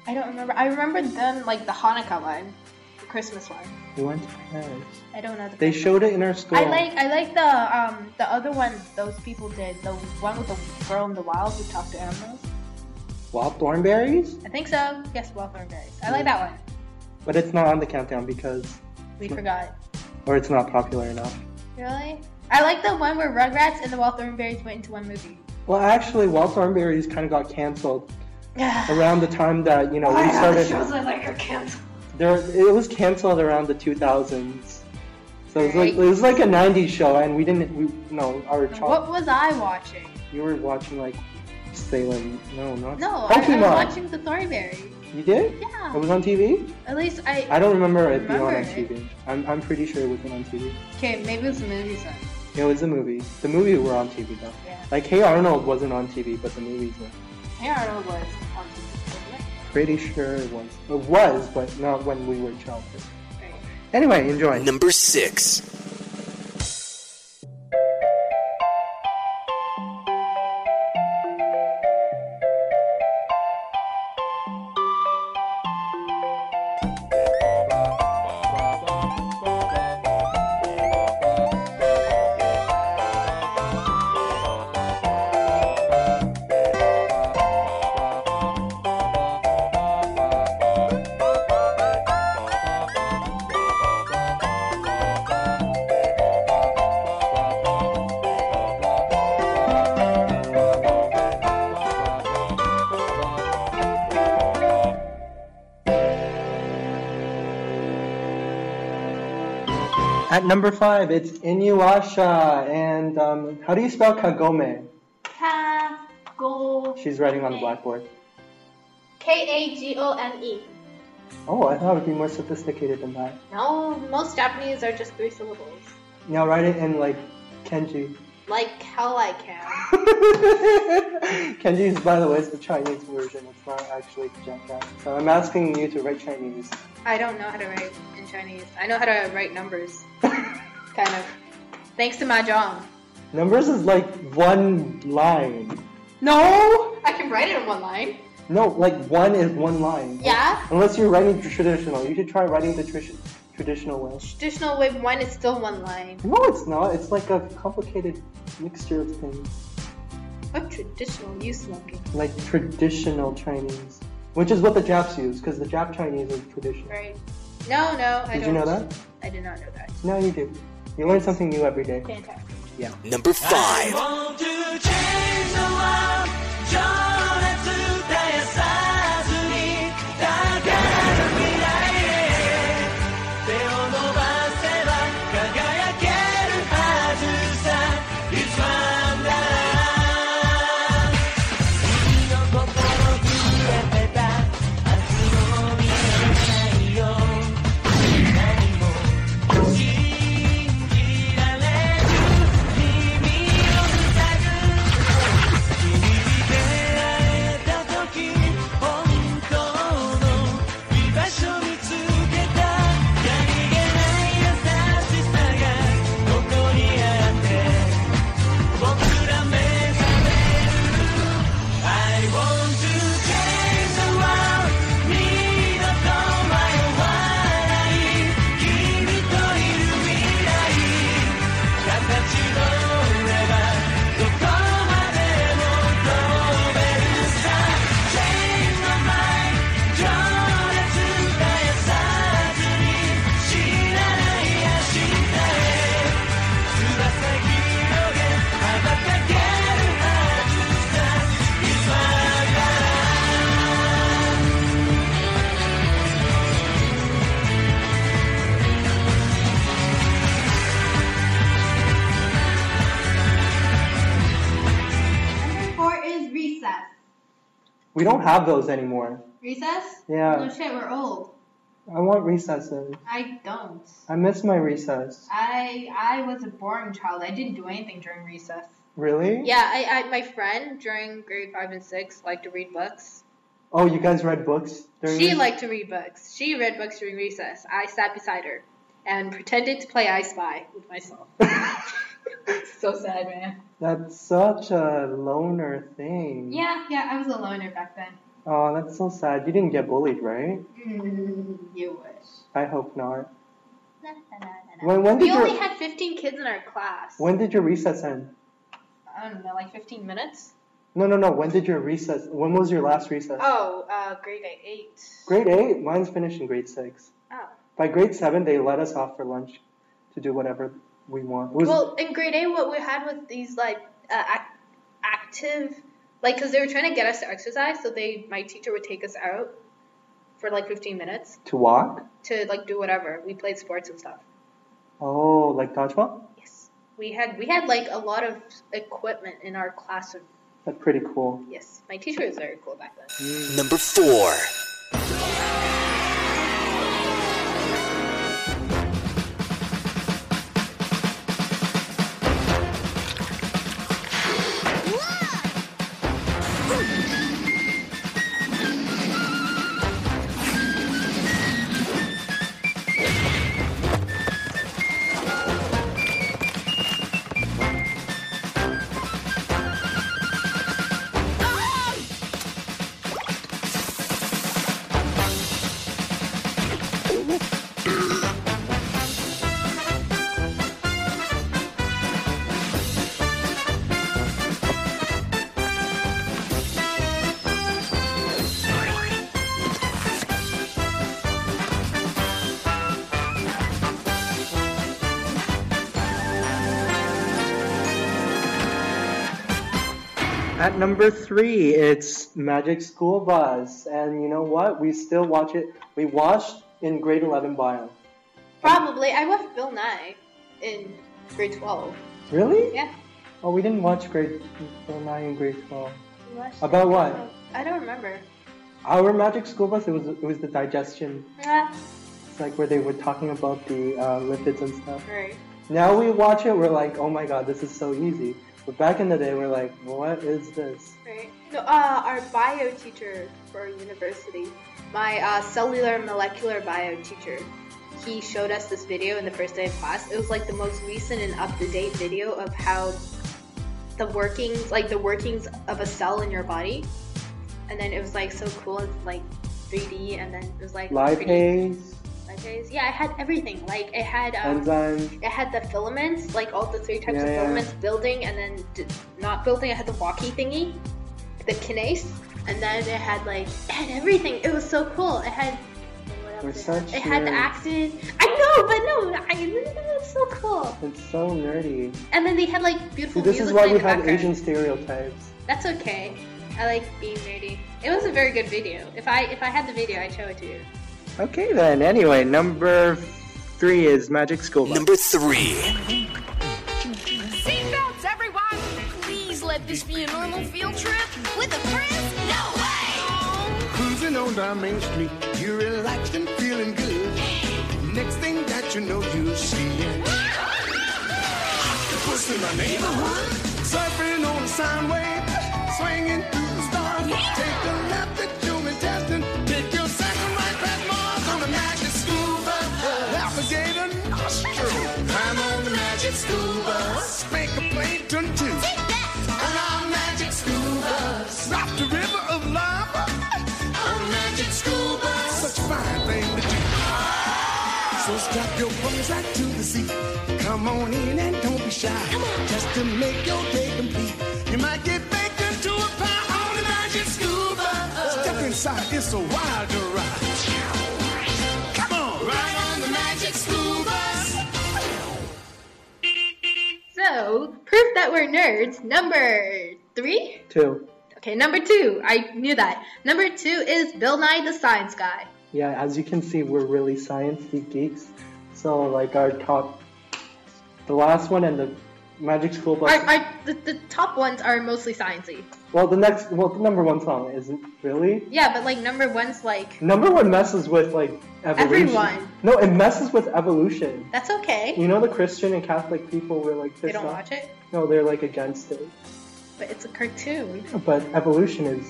Speaker 3: I don't remember. I remember them like the Hanukkah one, the Christmas one.
Speaker 2: We went to Paris.
Speaker 3: I don't know. The
Speaker 2: They showed it in our school.
Speaker 3: I like I like the um the other one those people did the one with the girl in the wild who talked to animals.
Speaker 2: Wild Thornberries?
Speaker 3: I think so. Yes, wild thornberries. I like that one.
Speaker 2: But it's not on the countdown because
Speaker 3: We forgot.
Speaker 2: or it's not popular enough.
Speaker 3: Really? I like the one where Rugrats and the wild thornberries went into one movie.
Speaker 2: Well actually Wild Thornberries kinda got
Speaker 3: [sighs]
Speaker 2: cancelled
Speaker 3: Yeah.
Speaker 2: around the time that, you know, we started
Speaker 3: I like are canceled.
Speaker 2: there it was cancelled around the two thousands. So it was like it was like a nineties show and we didn't we no our child
Speaker 3: What was I watching?
Speaker 2: you were watching like Salem no not
Speaker 3: No, I, I
Speaker 2: Pokemon.
Speaker 3: was watching the Thornberry.
Speaker 2: You did?
Speaker 3: Yeah.
Speaker 2: It was on TV?
Speaker 3: At least I.
Speaker 2: I don't remember it being on
Speaker 3: Remember
Speaker 2: on
Speaker 3: it.
Speaker 2: TV. I'm, I'm pretty sure it wasn't on TV.
Speaker 3: Okay, maybe it was the movies then.
Speaker 2: It was a movie. The movie were on TV though.
Speaker 3: Yeah.
Speaker 2: Like Hey Arnold wasn't on TV, but the movies were.
Speaker 3: Yeah, I was on TV.
Speaker 2: Pretty sure it was. It was, but not when we were childhood. Anyway, enjoy.
Speaker 13: Number six.
Speaker 2: At number five, it's Inuyasha, and um, how do you spell Kagome?
Speaker 3: Kagome.
Speaker 2: She's writing on the blackboard.
Speaker 3: K A G O M E.
Speaker 2: Oh, I thought it would be more sophisticated than that.
Speaker 3: No, most Japanese are just three syllables.
Speaker 2: Now write it in like Kenji. [laughs]
Speaker 3: Like hell I can.
Speaker 2: Kenji is, by the way, is the Chinese version. It's not actually Japanese. So I'm asking you to write Chinese. [laughs]
Speaker 3: I don't know how to write in Chinese. I know how to write numbers. kind of. Thanks to Mahjong.
Speaker 2: Numbers is like one line.
Speaker 3: No! I can write it in one line.
Speaker 2: No, like one is one line.
Speaker 3: Yeah?
Speaker 2: Unless you're writing tr- traditional, you should try writing the tr- traditional way.
Speaker 3: Traditional wave one is still one line.
Speaker 2: No, it's not. It's like a complicated mixture of things,
Speaker 3: What traditional you smoking?
Speaker 2: like traditional Chinese, which is what the Japs use, because the Jap Chinese is traditional.
Speaker 3: Right. No, no, I
Speaker 2: Did you
Speaker 3: don't.
Speaker 2: know that?
Speaker 3: I did not know that.
Speaker 2: Now you do. You learn something new every day.
Speaker 3: Fantastic.
Speaker 2: Yeah.
Speaker 13: Number
Speaker 7: I
Speaker 13: five.
Speaker 7: want to change the world. 情熱絶やさずに高く未来へ手を伸ばせば輝けるはずさ It's Wonderland 君の心震えてた明日を見えないよ何も信じられる君を塞ぐ君に出会
Speaker 2: We don't have those anymore.
Speaker 3: Recess?
Speaker 2: Yeah.
Speaker 3: No shit, we're old.
Speaker 2: I want recesses.
Speaker 3: I don't.
Speaker 2: I miss my recess.
Speaker 3: I I was a boring child. I didn't do anything during recess.
Speaker 2: Really?
Speaker 3: Yeah, I, I my friend during grade five and six liked to read books.
Speaker 2: Oh, you guys read books? during
Speaker 3: She
Speaker 2: recess?
Speaker 3: liked to read books. She read books during recess. I sat beside her and pretended to play I Spy with myself. [laughs]
Speaker 2: [laughs]
Speaker 3: so sad, man.
Speaker 2: That's such a loner thing.
Speaker 3: Yeah, yeah, I was a loner back then.
Speaker 2: Oh, that's so sad. You didn't get bullied, right?
Speaker 3: Mm, you [laughs] wish.
Speaker 2: I hope not.
Speaker 3: Na, na, na, na, na.
Speaker 2: When- when
Speaker 3: we
Speaker 2: did
Speaker 3: only
Speaker 2: your-
Speaker 3: had 15 kids in our class.
Speaker 2: When did your recess end?
Speaker 3: I don't know, like 15 minutes?
Speaker 2: No, no, no. When did your recess? When was your last recess?
Speaker 3: Oh, uh, grade 8.
Speaker 2: Grade eight. Mine's finished in grade six.
Speaker 3: Oh.
Speaker 2: By grade seven, they let us off for lunch to do whatever we want. It was-
Speaker 3: well, in grade A, what we had was these like uh, ac- active, like because they were trying to get us to exercise, so they my teacher would take us out for like fifteen minutes
Speaker 2: to walk.
Speaker 3: to like do whatever. We played sports and stuff.
Speaker 2: Oh, like dodgeball.
Speaker 3: We had we had like a lot of equipment in our classroom.
Speaker 2: That's pretty cool.
Speaker 3: Yes, my teacher was very cool back then.
Speaker 6: Number four.
Speaker 2: At number three, it's Magic School Bus, and you know what? We still watch it. We watched in grade eleven bio.
Speaker 3: Probably I watched Bill Nye in grade twelve.
Speaker 2: Really?
Speaker 3: Yeah.
Speaker 2: Oh, we didn't watch grade Bill Nye in grade twelve.
Speaker 3: we watched
Speaker 2: About
Speaker 3: it.
Speaker 2: what?
Speaker 3: I don't remember.
Speaker 2: Our Magic School Bus. It was it was the digestion.
Speaker 3: Ah,
Speaker 2: It's like where they were talking about the uh, lipids and stuff.
Speaker 3: right.
Speaker 2: Now we watch it, we're like, oh my god, this is so easy. But back in the day, we're like, what is this?
Speaker 3: Right. No, uh, our bio teacher for university, my uh, cellular molecular bio teacher, he showed us this video in the first day of class. It was like the most recent and up to date video of how the workings, like the workings of a cell in your body, and then it was like so cool and like 3D, and then it was like pretty-
Speaker 2: Lipase,
Speaker 3: lipase. Yeah, I had everything. Like it had um,
Speaker 2: enzymes.
Speaker 3: it had the filaments, like all the three types
Speaker 2: Yeah,
Speaker 3: of
Speaker 2: yeah.
Speaker 3: filaments, building and then d- not building. It had the walkie thingy, the kinase, and then it had like it had everything. It was so cool. It had
Speaker 2: We're such
Speaker 3: it had the
Speaker 2: nerds.
Speaker 3: acid. I know, but no, I it was so cool.
Speaker 2: It's so nerdy.
Speaker 3: And then they had like beautiful
Speaker 2: See, this
Speaker 3: music
Speaker 2: is why
Speaker 3: playing
Speaker 2: we
Speaker 3: in the
Speaker 2: have
Speaker 3: background.
Speaker 2: Asian stereotypes.
Speaker 3: That's okay. I like being nerdy. It was a very good video. If I if I had the video, I'd show it to you.
Speaker 2: Okay then, anyway, number three is Magic School Bus.
Speaker 6: Number three.
Speaker 8: Seatbelts, everyone! Please let this be a normal field trip with a friend. No way!
Speaker 7: Cruising on down Main Street, you're relaxed and feeling good. Next thing that you know, you see it. Octopus in my neighborhood, surfing on the sound wave, swinging through the stars. Take a left at human testing, pick your second right past Mars on the magic school bus. Navigate a nostril, climb on the magic school bus. Make a plankton too. On our magic school bus, rock the river of love. On Magic School Bus. Such a fine thing to do. So strap your bums right to the seat. Come on in and don't be shy. Just to make your day complete. You might get baked into a pie on the Magic School Bus. Step inside, it's a wilder ride. Come on, ride on the Magic School Bus.
Speaker 3: So proof that we're nerds. Number three.
Speaker 2: Two.
Speaker 3: Okay, number two. I knew that. Number two is Bill Nye the Science Guy.
Speaker 2: Yeah, as you can see, we're really sciencey geeks. So like our top, the last one and the Magic School Bus.
Speaker 3: Our, our, the, the top ones are mostly sciencey.
Speaker 2: well, the next, well, the number one song isn't really.
Speaker 3: Yeah, but like number one's like
Speaker 2: Number one messes with like evolution.
Speaker 3: Everyone.
Speaker 2: No, it messes with evolution.
Speaker 3: that's okay.
Speaker 2: You know, the Christian and Catholic people were like pissed
Speaker 3: they don't
Speaker 2: off.
Speaker 3: watch it,
Speaker 2: No, they're like against it.
Speaker 3: but it's a cartoon.
Speaker 2: But evolution is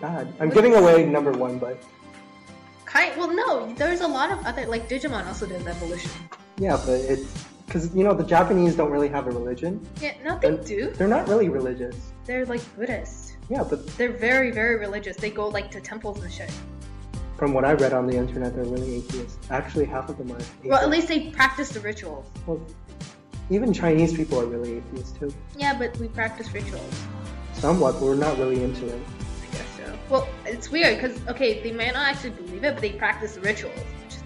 Speaker 2: bad. I'm getting away number one, but
Speaker 3: Kind well, no, there's a lot of other like Digimon also does evolution.
Speaker 2: yeah, but it's because you know the Japanese don't really have a religion.
Speaker 3: Yeah, no, they
Speaker 2: And
Speaker 3: do.
Speaker 2: Uh, They're not really religious.
Speaker 3: They're like Buddhist.
Speaker 2: Yeah, but
Speaker 3: They're very, very religious. They go like to temples and shit.
Speaker 2: from what I read on the internet, they're really atheists. Actually, half of them are. Atheists.
Speaker 3: Well, at least they practice the rituals.
Speaker 2: Well, even Chinese people are really atheists too.
Speaker 3: Yeah, but we practice rituals.
Speaker 2: Somewhat, but we're not really into it.
Speaker 3: I guess so. Well, it's weird because okay, they might not actually believe it, but they practice the rituals. which is-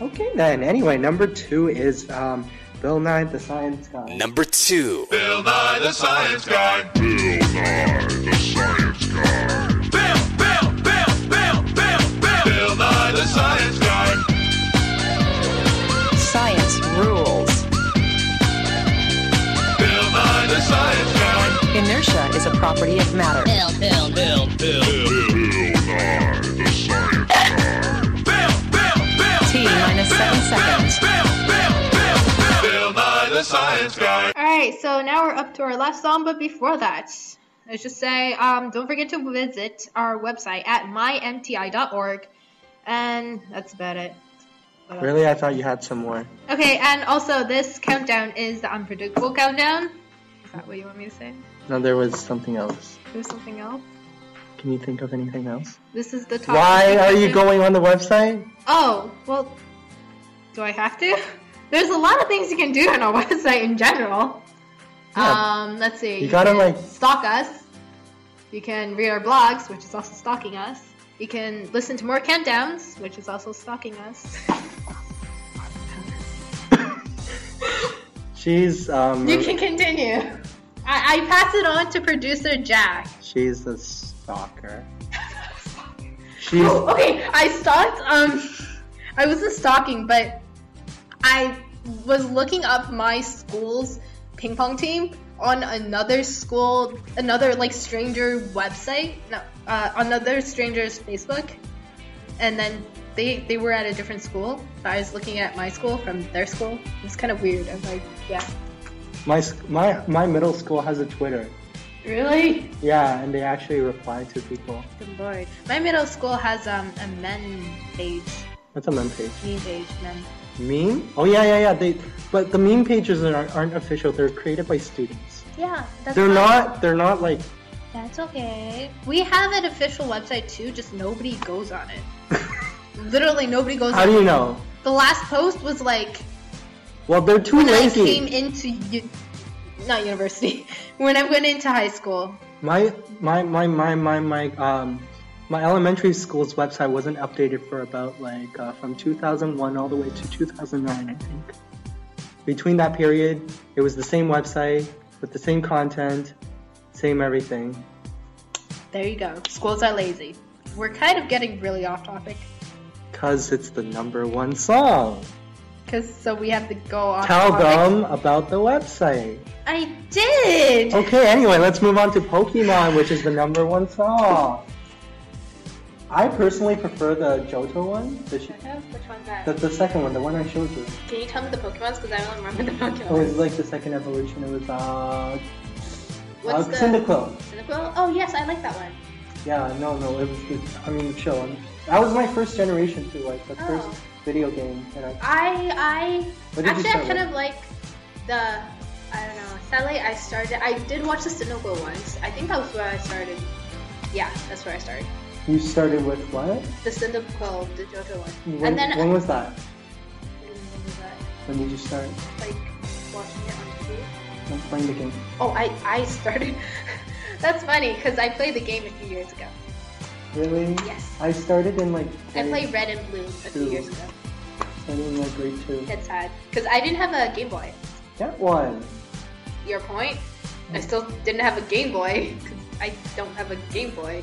Speaker 2: Okay, then. Anyway, number two is um, Bill Nye the Science Guy.
Speaker 6: Number two.
Speaker 7: Bill Nye the Science Guy. Bill Nye the Science Guy. Bill, Bill, Bill, Bill, Bill, Bill. Bill Nye the Science Guy.
Speaker 14: Science rules.
Speaker 7: Bill Nye the Science Guy.
Speaker 14: Inertia is a property of matter.
Speaker 8: Bill, Bill, Bill,
Speaker 7: Bill, Bill, Bill Nye the Science Guy. Bill, Bill, Bill.
Speaker 14: T minus seven seconds.
Speaker 7: Bill, Bill, Bill, Bill. Bill Nye the Science Guy.
Speaker 3: All right, so now we're up to our last song, but before that, let's just say um, don't forget to visit our website at mymti.org, and that's about it. What else?
Speaker 2: Really? I thought you had some more.
Speaker 3: Okay, and also this countdown is the unpredictable countdown. Is that what you want me to say?
Speaker 2: No, there was something else.
Speaker 3: There's something else.
Speaker 2: Can you think of anything else?
Speaker 3: This is the top.
Speaker 2: Why are you
Speaker 3: countdown.
Speaker 2: going on the website?
Speaker 3: Oh, well, do I have to? [laughs] There's a lot of things you can do on our [laughs] website in general.
Speaker 2: Yeah.
Speaker 3: Um, let's see.
Speaker 2: You gotta,
Speaker 3: can
Speaker 2: like-
Speaker 3: stalk us. You can read our blogs, which is also stalking us. You can listen to more countdowns, which is also stalking us.
Speaker 2: She's um,
Speaker 3: you can continue. I, I pass it on to producer Jack.
Speaker 2: she's a
Speaker 3: [laughs]
Speaker 2: stalker. She's [laughs]
Speaker 3: Oh, okay, I stalked. Um, I wasn't stalking, but I was looking up my school's ping pong team on another school, another like stranger website, no, uh, another stranger's Facebook, and then they they were at a different school. So I was looking at my school from their school. It was kind of weird. I'm like, yeah,
Speaker 2: my s- my my middle school has a Twitter.
Speaker 3: really?
Speaker 2: Yeah, and they actually reply to people.
Speaker 3: Good lord. My middle school has um a men page,
Speaker 2: That's a meme page.
Speaker 3: me page, men.
Speaker 2: Meme? Oh yeah, yeah, yeah. They but the meme pages are, aren't official. They're created by students.
Speaker 3: Yeah, that's
Speaker 2: They're
Speaker 3: fine.
Speaker 2: not. They're not like
Speaker 3: That's okay. We have an official website too, just nobody goes on it.
Speaker 2: [laughs]
Speaker 3: Literally nobody goes
Speaker 2: How
Speaker 3: on
Speaker 2: do
Speaker 3: it.
Speaker 2: you know?
Speaker 3: The last post was like
Speaker 2: Well, they're too
Speaker 3: when
Speaker 2: lazy.
Speaker 3: I came into u- not university, [laughs] when I went into high school.
Speaker 2: My my my my my my um my elementary school's website wasn't updated for about like uh, from 2001 all the way to 2009, I think. Between that period, it was the same website with the same content, same everything.
Speaker 3: There you go. Schools are lazy. We're kind of getting really off topic
Speaker 2: Cause it's the number one song.
Speaker 3: because so we have to go off.
Speaker 2: Tell
Speaker 3: topic.
Speaker 2: them about the website.
Speaker 3: I did.
Speaker 2: Okay, anyway, let's move on to Pokemon, which is the number one song. I personally prefer the Johto one, the, sh-
Speaker 3: Which one's that?
Speaker 2: the, the second one, the one I showed you.
Speaker 3: Can you tell me the Pokemon's? Because I don't remember the Pokemon.
Speaker 2: It was like the second evolution. It was uh,
Speaker 3: What's
Speaker 2: uh
Speaker 3: the-
Speaker 2: Cyndaquil.
Speaker 3: Cyndaquil? Oh yes, I like that one.
Speaker 2: Yeah, no, no, it was. The, I mean, chill. I'm, that was my first generation too, like the
Speaker 3: Oh.
Speaker 2: first video game. And I,
Speaker 3: I I
Speaker 2: What did you
Speaker 3: actually I
Speaker 2: start
Speaker 3: kind
Speaker 2: with?
Speaker 3: of like the I don't know. Sadly, I started. I did watch the Sinobo once. I think that was where I started. Yeah, that's where I started.
Speaker 2: you started with what?
Speaker 3: The Cyndaquil, the JoJo one,
Speaker 2: When,
Speaker 3: and then
Speaker 2: when was that?
Speaker 3: When was that?
Speaker 2: When did you start
Speaker 3: Like watching it on TV.
Speaker 2: like, playing the game?
Speaker 3: Oh, I I started. [laughs] that's funny because I played the game a few years ago.
Speaker 2: Really?
Speaker 3: Yes.
Speaker 2: I started in like.
Speaker 3: I
Speaker 2: grade-
Speaker 3: played Red and Blue a few
Speaker 2: Two.
Speaker 3: years ago.
Speaker 2: started in like grade two.
Speaker 3: That's sad because I didn't have a Game Boy.
Speaker 2: That one.
Speaker 3: Your point.
Speaker 2: Mm.
Speaker 3: I still didn't have a Game Boy 'cause I don't have a Game Boy.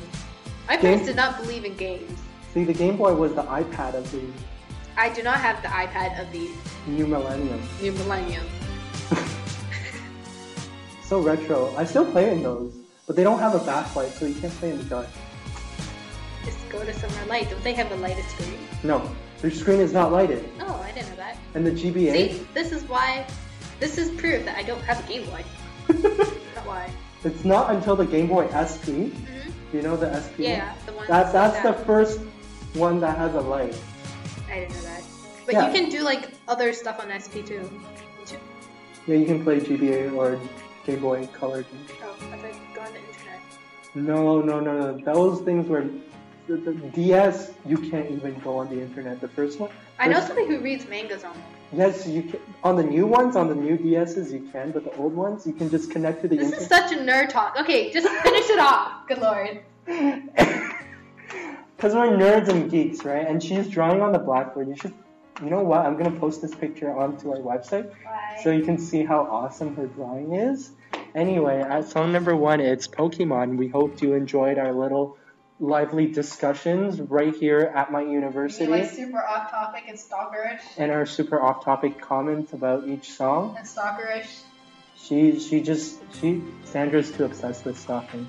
Speaker 3: My parents did not believe in games.
Speaker 2: See, the Game Boy was the iPad of the
Speaker 3: I do not have the iPad of the
Speaker 2: new millennium.
Speaker 3: new millennium.
Speaker 2: so retro. I still play in those, but they don't have a backlight, so you can't play in the dark.
Speaker 3: Just go to somewhere light. Don't they have a lighted screen?
Speaker 2: No, their screen is not lighted,
Speaker 3: Oh, I didn't know that.
Speaker 2: and the GBA.
Speaker 3: See, this is why. This is proof that I don't have a Game Boy. That's why.
Speaker 2: [laughs] It's not until the Game Boy SP. You know the SP.
Speaker 3: Mm-hmm. Yeah, the one
Speaker 2: That,
Speaker 3: that's
Speaker 2: that's
Speaker 3: like
Speaker 2: the
Speaker 3: that.
Speaker 2: first one that has a light.
Speaker 3: I didn't know that. But
Speaker 2: Yeah.
Speaker 3: you can do like other stuff on SP too.
Speaker 2: Yeah, you can play GBA or Game Boy Color games.
Speaker 3: Oh, I thought you go on the internet.
Speaker 2: No, no, no, no. Those things were the, the DS. You can't even go on the internet. The first one.
Speaker 3: I know
Speaker 2: there's-
Speaker 3: somebody who reads mangas on.
Speaker 2: Yes, you can. On the new ones, on the new DSs, you can. But the old ones, you can just connect to the
Speaker 3: This
Speaker 2: internet.
Speaker 3: is such a nerd talk. Okay, just [laughs] finish it off. Good lord.
Speaker 2: Because we're nerds and geeks, right? And she's drawing on the blackboard. You should, you know what? I'm gonna post this picture onto our website so you can see how awesome her drawing is. Anyway, at song number one, it's Pokemon. We hope you enjoyed our little lively discussions right here at my university
Speaker 3: super off topic and stalkerish
Speaker 2: and our super off-topic comments about each song.
Speaker 3: and stalkerish.
Speaker 2: She, she just, she, Sandra's too obsessed with stalking.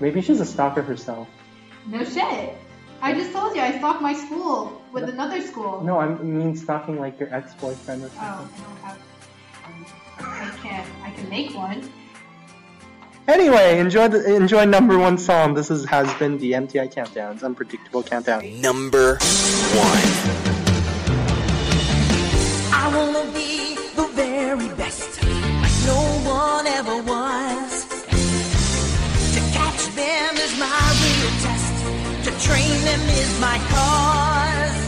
Speaker 2: Maybe she's a stalker herself.
Speaker 3: No shit. I just told you I stalked my school with another school.
Speaker 2: No, I mean stalking like your ex-boyfriend or something.
Speaker 3: Oh, I don't have. I can't. I can make one.
Speaker 2: Anyway, enjoy the, enjoy number one song. This is, has been the MTI Countdowns, Unpredictable Countdown.
Speaker 15: Number one.
Speaker 7: I wanna be the very best no one ever was. To catch them is my real test. To train them is my cause.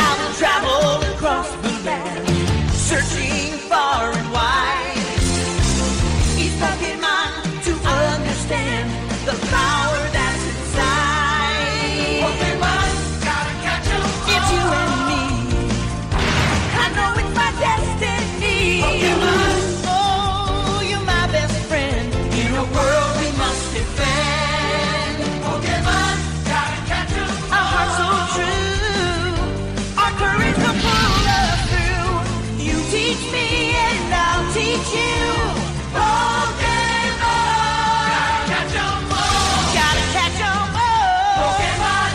Speaker 7: I will travel across the land, searching far and wide. Each Pokemon to understand the power that's inside. Pokemon, gotta catch 'em all. It's you and me. I know it's my destiny. Pokemon. Oh, you're my best friend. In a world we must defend. Oh, Pokemon, gotta catch 'em. Our hearts so true. Our courage will pull us through. You teach me and I'll teach you. Oh, Pokemon. Gotta catch 'em all. Gotta catch 'em all. Pokemon.